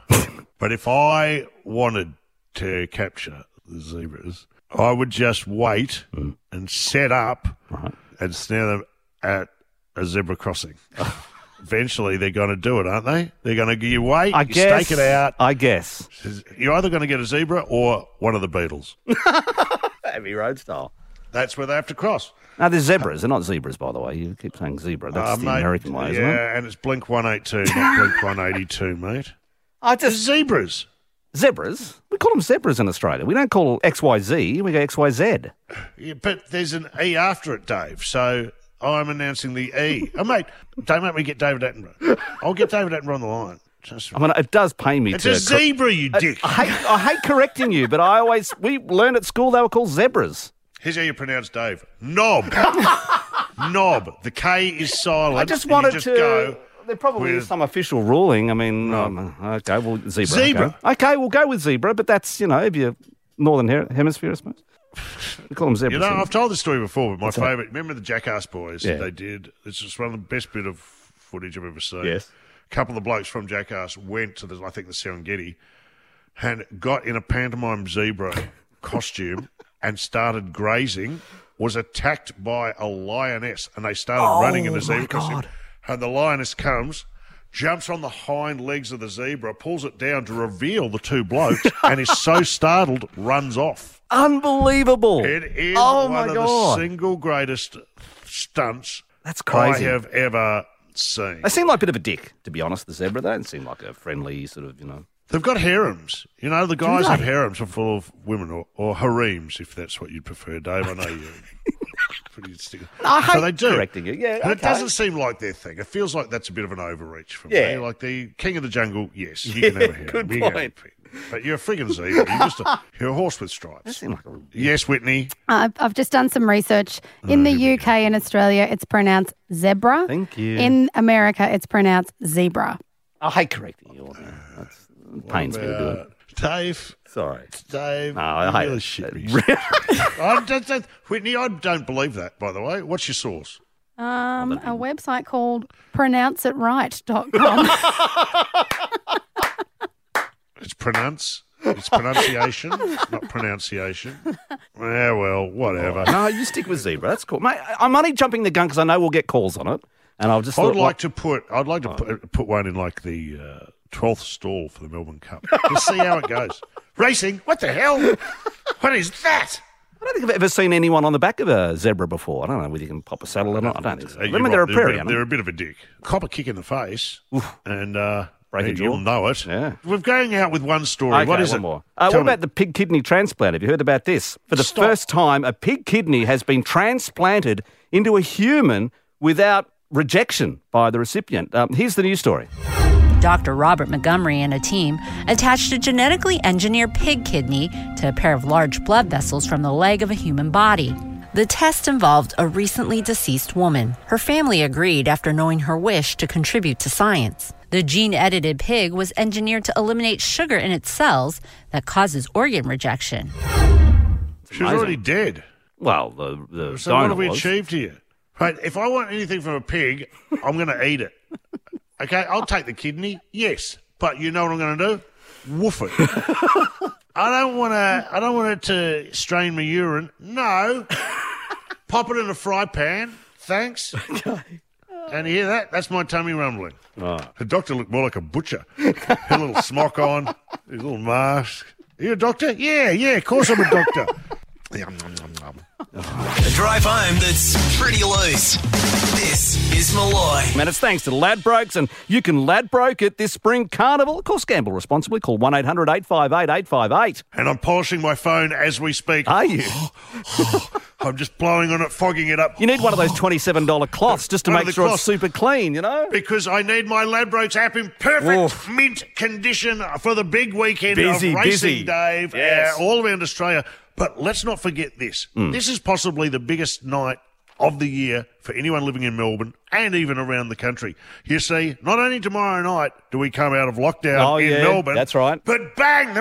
[SPEAKER 2] but if I wanted to capture the zebras, I would just wait
[SPEAKER 3] Hmm.
[SPEAKER 2] and set up and snare them at a
[SPEAKER 3] [laughs]
[SPEAKER 2] zebra crossing. Eventually, they're going to do it, aren't they? They're going to you wait,
[SPEAKER 3] I
[SPEAKER 2] you
[SPEAKER 3] guess.
[SPEAKER 2] stake it out.
[SPEAKER 3] I guess.
[SPEAKER 2] You're either going to get a zebra or one of the beetles.
[SPEAKER 3] [laughs] Heavy road style.
[SPEAKER 2] That's where they have to cross.
[SPEAKER 3] No, they're zebras. They're not zebras, by the way. You keep saying zebra. That's
[SPEAKER 2] Ah,
[SPEAKER 3] the
[SPEAKER 2] mate,
[SPEAKER 3] American way, isn't it?
[SPEAKER 2] Yeah, and it's Blink 182,
[SPEAKER 3] [laughs]
[SPEAKER 2] not Blink 182, mate.
[SPEAKER 3] I just
[SPEAKER 2] zebras.
[SPEAKER 3] Zebras. We call them zebras in Australia. We don't call X Y Z. We go X Y Z.
[SPEAKER 2] Yeah, but there's an E after it, Dave, so I'm announcing the E. oh, mate, don't make me get David Attenborough. I'll get David Attenborough on the line. Just-
[SPEAKER 3] I mean, it does pay me
[SPEAKER 2] It's
[SPEAKER 3] to.
[SPEAKER 2] a zebra, you
[SPEAKER 3] I-
[SPEAKER 2] dick.
[SPEAKER 3] I, hate, I hate correcting you, but I always we learned at school they were called zebras.
[SPEAKER 2] Here's how you pronounce Dave.
[SPEAKER 3] [laughs]
[SPEAKER 2] Knob. Knob. The K is silent.
[SPEAKER 3] I just
[SPEAKER 2] and you
[SPEAKER 3] wanted to.
[SPEAKER 2] Go.
[SPEAKER 3] There probably
[SPEAKER 2] with-
[SPEAKER 3] is some official ruling. I mean, um, okay, well, zebra.
[SPEAKER 2] Zebra.
[SPEAKER 3] Okay. okay, we'll go with zebra, but that's you know, if you're northern Her- hemisphere, I suppose. We call them zebras.
[SPEAKER 2] You know,
[SPEAKER 3] here.
[SPEAKER 2] I've told this story before, but Oh, my
[SPEAKER 3] What's that?
[SPEAKER 2] favourite. Remember the Jackass Boys?
[SPEAKER 3] Yeah.
[SPEAKER 2] They did. It's just one of the best bit of footage I've ever seen.
[SPEAKER 3] Yes.
[SPEAKER 2] A couple of the blokes from Jackass went to the, I think, the Serengeti, and got in a pantomime zebra
[SPEAKER 5] [laughs]
[SPEAKER 2] costume and started grazing. Was attacked by a lioness, and they started
[SPEAKER 5] Oh,
[SPEAKER 2] running in the
[SPEAKER 5] my
[SPEAKER 2] zebra costume.
[SPEAKER 5] God.
[SPEAKER 2] And the lioness comes. Jumps on the hind legs of the zebra, pulls it down to reveal the
[SPEAKER 5] [laughs]
[SPEAKER 2] two blokes, and is so startled, runs off.
[SPEAKER 3] Unbelievable.
[SPEAKER 2] It is
[SPEAKER 3] Oh
[SPEAKER 2] one
[SPEAKER 3] my
[SPEAKER 2] of
[SPEAKER 3] God.
[SPEAKER 2] the single greatest stunts
[SPEAKER 3] That's crazy.
[SPEAKER 2] I have ever seen.
[SPEAKER 3] They seem like a bit of a dick, to be honest. The zebra. They don't seem like a friendly sort of you know.
[SPEAKER 2] They've got harems. You know, the guys
[SPEAKER 3] they?
[SPEAKER 2] have harems are full of women, or, or harems, if that's what you'd prefer, Dave. I know
[SPEAKER 3] [laughs]
[SPEAKER 2] you. pretty stick.
[SPEAKER 3] I
[SPEAKER 2] so
[SPEAKER 3] hate
[SPEAKER 2] they do.
[SPEAKER 3] correcting you. Yeah,
[SPEAKER 2] But it
[SPEAKER 3] okay.
[SPEAKER 2] doesn't seem like their thing. It feels like that's a bit of an overreach for
[SPEAKER 3] Yeah.
[SPEAKER 2] me. Like the king of the jungle, yes, you can
[SPEAKER 5] Yeah,
[SPEAKER 2] have a harem.
[SPEAKER 5] good
[SPEAKER 2] You can have a
[SPEAKER 5] point.
[SPEAKER 2] pig. But you're a friggin' zebra. You're just
[SPEAKER 3] [laughs]
[SPEAKER 2] a, you're a horse with stripes. yes, Whitney.
[SPEAKER 11] I've, I've just done some research.
[SPEAKER 3] Oh,
[SPEAKER 11] In the UK and Australia, it's pronounced zebra.
[SPEAKER 3] Thank you.
[SPEAKER 11] In America, it's pronounced zebra.
[SPEAKER 3] I hate correcting you. All that. That's, it pains me to do
[SPEAKER 2] about
[SPEAKER 3] it.
[SPEAKER 2] Dave.
[SPEAKER 3] Sorry.
[SPEAKER 2] Dave.
[SPEAKER 3] No, I hate
[SPEAKER 2] you're
[SPEAKER 3] it.
[SPEAKER 2] shit [laughs] I don't, that, Whitney, I don't believe that, by the way. What's your source?
[SPEAKER 11] Um, a website called pronounceitright.com.
[SPEAKER 2] It's pronounce. It's pronunciation, not pronunciation. Yeah, well, whatever.
[SPEAKER 3] No, you stick with zebra. That's cool, mate. I- I'm only jumping the gun because I know we'll get calls on it, and I'll just.
[SPEAKER 2] I
[SPEAKER 3] thought,
[SPEAKER 2] would
[SPEAKER 3] well,
[SPEAKER 2] like to put. I'd like to put, put one in like the uh, twelfth stall for the Melbourne Cup. Just see how it [laughs] goes. Racing. What the hell? What is that?
[SPEAKER 3] I don't think I've ever seen anyone on the back of a zebra before. I don't know whether you can pop a saddle or not. I don't think so.
[SPEAKER 2] Uh, you
[SPEAKER 3] Remember,
[SPEAKER 2] might-
[SPEAKER 3] they're a
[SPEAKER 2] they're, a
[SPEAKER 3] prairie
[SPEAKER 2] bit,
[SPEAKER 3] animal.
[SPEAKER 2] they're a bit of a dick. Copper kick in the face, and uh,
[SPEAKER 3] Break a jaw.
[SPEAKER 2] you'll know it. Yeah. We're going out with one story.
[SPEAKER 3] Okay,
[SPEAKER 2] what is
[SPEAKER 3] one
[SPEAKER 2] it?
[SPEAKER 3] more. Uh,
[SPEAKER 2] Tell
[SPEAKER 3] what
[SPEAKER 2] me.
[SPEAKER 3] about the pig kidney transplant? Have you heard about this? For the first time, a pig kidney has been transplanted into a human without rejection by the recipient. Um, here's the news story.
[SPEAKER 5] Dr. Robert Montgomery and a team attached a genetically engineered pig kidney to a pair of large blood vessels from the leg of a human body. The test involved a recently deceased woman. Her family agreed after knowing her wish to contribute to science. The gene edited pig was engineered to eliminate sugar in its cells that causes organ rejection.
[SPEAKER 2] She was already dead.
[SPEAKER 3] Well, the, the
[SPEAKER 2] So what
[SPEAKER 3] donor
[SPEAKER 2] have we
[SPEAKER 3] was.
[SPEAKER 2] achieved here? Right, if I want anything from a pig, I'm going to eat it. Okay, I'll take the kidney, yes, but you know what I'm going to do? Woof it. I don't want to. I don't want it to strain my urine. No, pop it in a fry pan. Thanks. And you hear that? That's my tummy rumbling. The doctor looked more like a butcher. Had a little smock on, his little mask. Are you a doctor? Yeah, yeah, of course I'm a doctor. Yum, yum, yum, yum.
[SPEAKER 1] A drive home that's pretty loose. This is Malloy.
[SPEAKER 3] Man, it's thanks to Ladbrokes, and you can Ladbroke at this spring carnival. Of course, gamble responsibly. Call 1 800 858 858.
[SPEAKER 2] And I'm polishing my phone as we speak.
[SPEAKER 3] Are you?
[SPEAKER 2] [gasps] I'm just blowing on it, fogging it up.
[SPEAKER 3] You need one of those $27 cloths just to
[SPEAKER 2] One of
[SPEAKER 3] make
[SPEAKER 2] the
[SPEAKER 3] sure
[SPEAKER 2] cloths.
[SPEAKER 3] it's super clean, you know?
[SPEAKER 2] Because I need my Ladbrokes app in perfect mint condition for the big weekend
[SPEAKER 3] Busy,
[SPEAKER 2] of racing,
[SPEAKER 3] busy.
[SPEAKER 2] Dave,
[SPEAKER 3] Yes. Mm.
[SPEAKER 2] uh, all around Australia. But let's not forget this. This is possibly the biggest night of the year for anyone living in Melbourne and even around the country. You see, not only tomorrow night do we come out of lockdown
[SPEAKER 3] Oh,
[SPEAKER 2] in
[SPEAKER 3] yeah,
[SPEAKER 2] Melbourne,
[SPEAKER 3] that's right.
[SPEAKER 2] but bang, the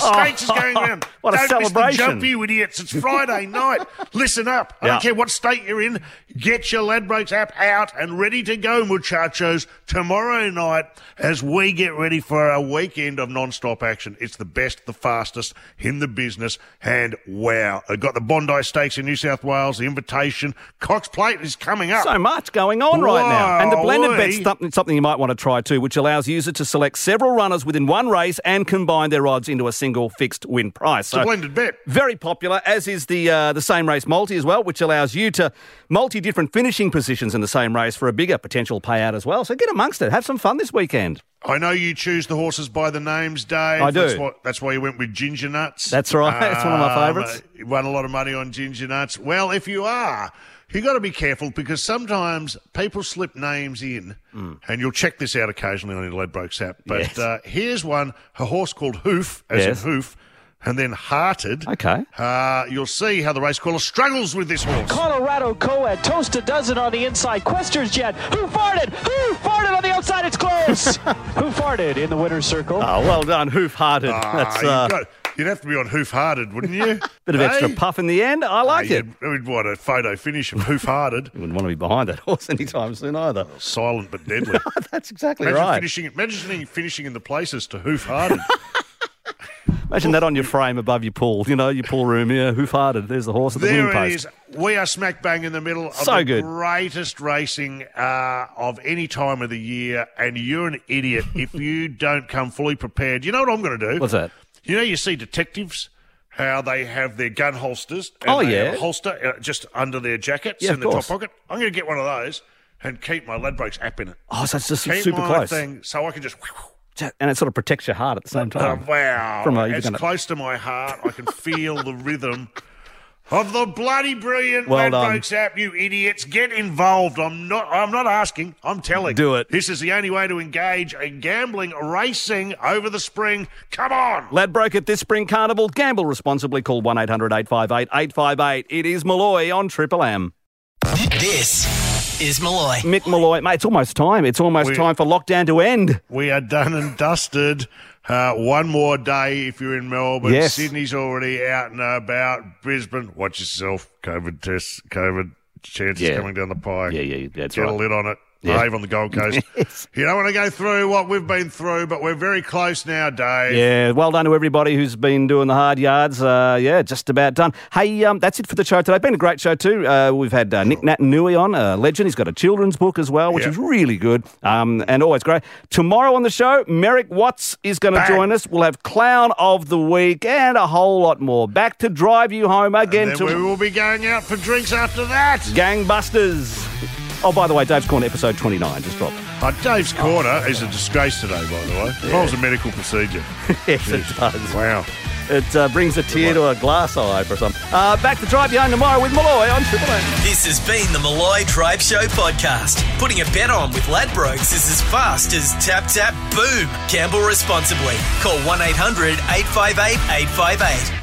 [SPEAKER 3] [laughs]
[SPEAKER 2] Stakes is going around.
[SPEAKER 3] What a
[SPEAKER 2] Don't Miss the
[SPEAKER 3] celebration.
[SPEAKER 2] jump, you idiots. It's
[SPEAKER 3] [laughs]
[SPEAKER 2] Friday night. Listen up. I
[SPEAKER 3] Yeah.
[SPEAKER 2] don't care what state you're in. Get your Ladbrokes app out and ready to go, muchachos, tomorrow night as we get ready for a weekend of non-stop action. It's the best, the fastest in the business. And wow, I've got the Bondi Stakes in New South Wales, the invitation. Cox Plate is coming up.
[SPEAKER 3] So much going on right now. And the blended bet's
[SPEAKER 2] Wowee.
[SPEAKER 3] something, something you might want to try too, which allows users to select several runners within one race and combine their odds into a single fixed win price.
[SPEAKER 2] It's a blended bet.
[SPEAKER 3] Very popular, as is the uh, the same race multi as well, which allows you to multi different finishing positions in the same race for a bigger potential payout as well. So get amongst it. Have some fun this weekend.
[SPEAKER 2] I know you choose the horses by the names, Dave.
[SPEAKER 3] I do.
[SPEAKER 2] That's why, that's why you went with Ginger Nuts.
[SPEAKER 3] That's right. [laughs] It's one of my
[SPEAKER 2] Um,
[SPEAKER 3] favourites.
[SPEAKER 2] You won a lot of money on Ginger Nuts. Well, if you are, you got to be careful because sometimes people slip names in, and you'll check this out occasionally on your Ladbrokes app. But
[SPEAKER 3] Hmm. Yes.
[SPEAKER 2] uh, here's one: a horse called Hoof, as
[SPEAKER 3] Yes.
[SPEAKER 2] in hoof, and then Hearted.
[SPEAKER 3] Okay.
[SPEAKER 2] Uh, you'll see how the race caller struggles with this horse.
[SPEAKER 12] Colorado Coed toast a dozen on the inside. Questers jet. Who farted? Who farted on the outside? It's close. Who farted in the winner's circle?
[SPEAKER 3] Oh, well done, hoof hearted.
[SPEAKER 2] Ah,
[SPEAKER 3] That's
[SPEAKER 2] you
[SPEAKER 3] uh,
[SPEAKER 2] got- you'd have to be on Hoof Hearted, wouldn't you?
[SPEAKER 3] [laughs]
[SPEAKER 2] Eh?
[SPEAKER 3] bit of extra
[SPEAKER 2] Hey?
[SPEAKER 3] puff in the end. I like it.
[SPEAKER 2] You'd- You'd want a photo finish of hoof hearted.
[SPEAKER 3] [laughs] You wouldn't want to be behind that horse anytime soon either.
[SPEAKER 2] Silent but deadly.
[SPEAKER 3] That's [laughs] exactly
[SPEAKER 2] imagine
[SPEAKER 3] right.
[SPEAKER 2] Finishing, imagine finishing in the places to hoof hearted.
[SPEAKER 3] Imagine that on your frame above your pool. You know, your pool room. Yeah, who farted? There's the horse at the
[SPEAKER 2] there
[SPEAKER 3] winning
[SPEAKER 2] it
[SPEAKER 3] post.
[SPEAKER 2] is. We are smack bang in the middle of
[SPEAKER 3] So
[SPEAKER 2] the
[SPEAKER 3] good.
[SPEAKER 2] greatest racing uh, of any time of the year, and you're an
[SPEAKER 3] [laughs]
[SPEAKER 2] idiot if you don't come fully prepared. You know what I'm going to do?
[SPEAKER 3] What's that?
[SPEAKER 2] You know, you see detectives. How they have their gun holsters and
[SPEAKER 3] Oh,
[SPEAKER 2] they
[SPEAKER 3] yeah.
[SPEAKER 2] have a holster uh, just under their jackets
[SPEAKER 3] Yeah,
[SPEAKER 2] in
[SPEAKER 3] of
[SPEAKER 2] the top
[SPEAKER 3] course.
[SPEAKER 2] pocket. I'm going to get one of those and keep my Ladbrokes app in it.
[SPEAKER 3] Oh, so it's just
[SPEAKER 2] keep
[SPEAKER 3] super
[SPEAKER 2] my
[SPEAKER 3] close.
[SPEAKER 2] thing so I can just
[SPEAKER 3] And it sort of protects your heart at the same time.
[SPEAKER 2] Oh, wow.
[SPEAKER 3] From a- you're
[SPEAKER 2] it's
[SPEAKER 3] gonna-
[SPEAKER 2] close to my heart. I can feel the rhythm of the bloody brilliant
[SPEAKER 3] Well
[SPEAKER 2] Red
[SPEAKER 3] done.
[SPEAKER 2] Folks app, you idiots. Get involved. I'm not I'm not asking. I'm telling.
[SPEAKER 3] Do it.
[SPEAKER 2] This is the only way to engage in gambling racing over the spring. Come on.
[SPEAKER 3] Ladbroke at this spring carnival. Gamble responsibly. Call 1 800 858 858. It is Malloy on Triple M.
[SPEAKER 1] This is Malloy.
[SPEAKER 3] Mick Malloy, mate, it's almost time. It's almost
[SPEAKER 2] We-
[SPEAKER 3] time for lockdown to end.
[SPEAKER 2] We are done and dusted. Uh, one more day if you're in Melbourne.
[SPEAKER 3] Yes.
[SPEAKER 2] Sydney's already out and about. Brisbane, watch yourself. COVID tests, COVID chances
[SPEAKER 3] Yeah.
[SPEAKER 2] coming down the pike.
[SPEAKER 3] Yeah, yeah, that's
[SPEAKER 2] Get a
[SPEAKER 3] right.
[SPEAKER 2] lid on it.
[SPEAKER 3] Yeah.
[SPEAKER 2] Behave on the Gold Coast.
[SPEAKER 3] [laughs]
[SPEAKER 2] You don't want to go through what we've been through, but we're very close now, Dave.
[SPEAKER 3] Yeah, well done to everybody who's been doing the hard yards. Uh, yeah, just about done. Hey, um, that's it for the show today. Been a great show too. Uh, we've had uh, Nick Nat Nui on, a legend. He's got a children's book as well, which
[SPEAKER 2] Yeah.
[SPEAKER 3] is really good um, and always great. Tomorrow on the show, Merrick Watts is going to
[SPEAKER 2] Bang.
[SPEAKER 3] join us. We'll have Clown of the Week and a whole lot more. Back to drive you home again.
[SPEAKER 2] And
[SPEAKER 3] to-
[SPEAKER 2] then we will be going out for drinks after that.
[SPEAKER 3] Gangbusters. Oh, by the way, Dave's Corner episode 29 just dropped.
[SPEAKER 2] Uh, Dave's corner is a disgrace today, by the way. Involves a medical procedure.
[SPEAKER 3] [laughs] yes, it does.
[SPEAKER 2] Wow.
[SPEAKER 3] It uh, brings a tear to a glass eye for some. Uh, back to Drive You Home tomorrow with Malloy on Triple M.
[SPEAKER 1] This has been the Malloy Drive Show podcast. Putting a bet on with Ladbrokes is as fast as tap, tap, boom. Gamble responsibly. Call 1 800 858 858.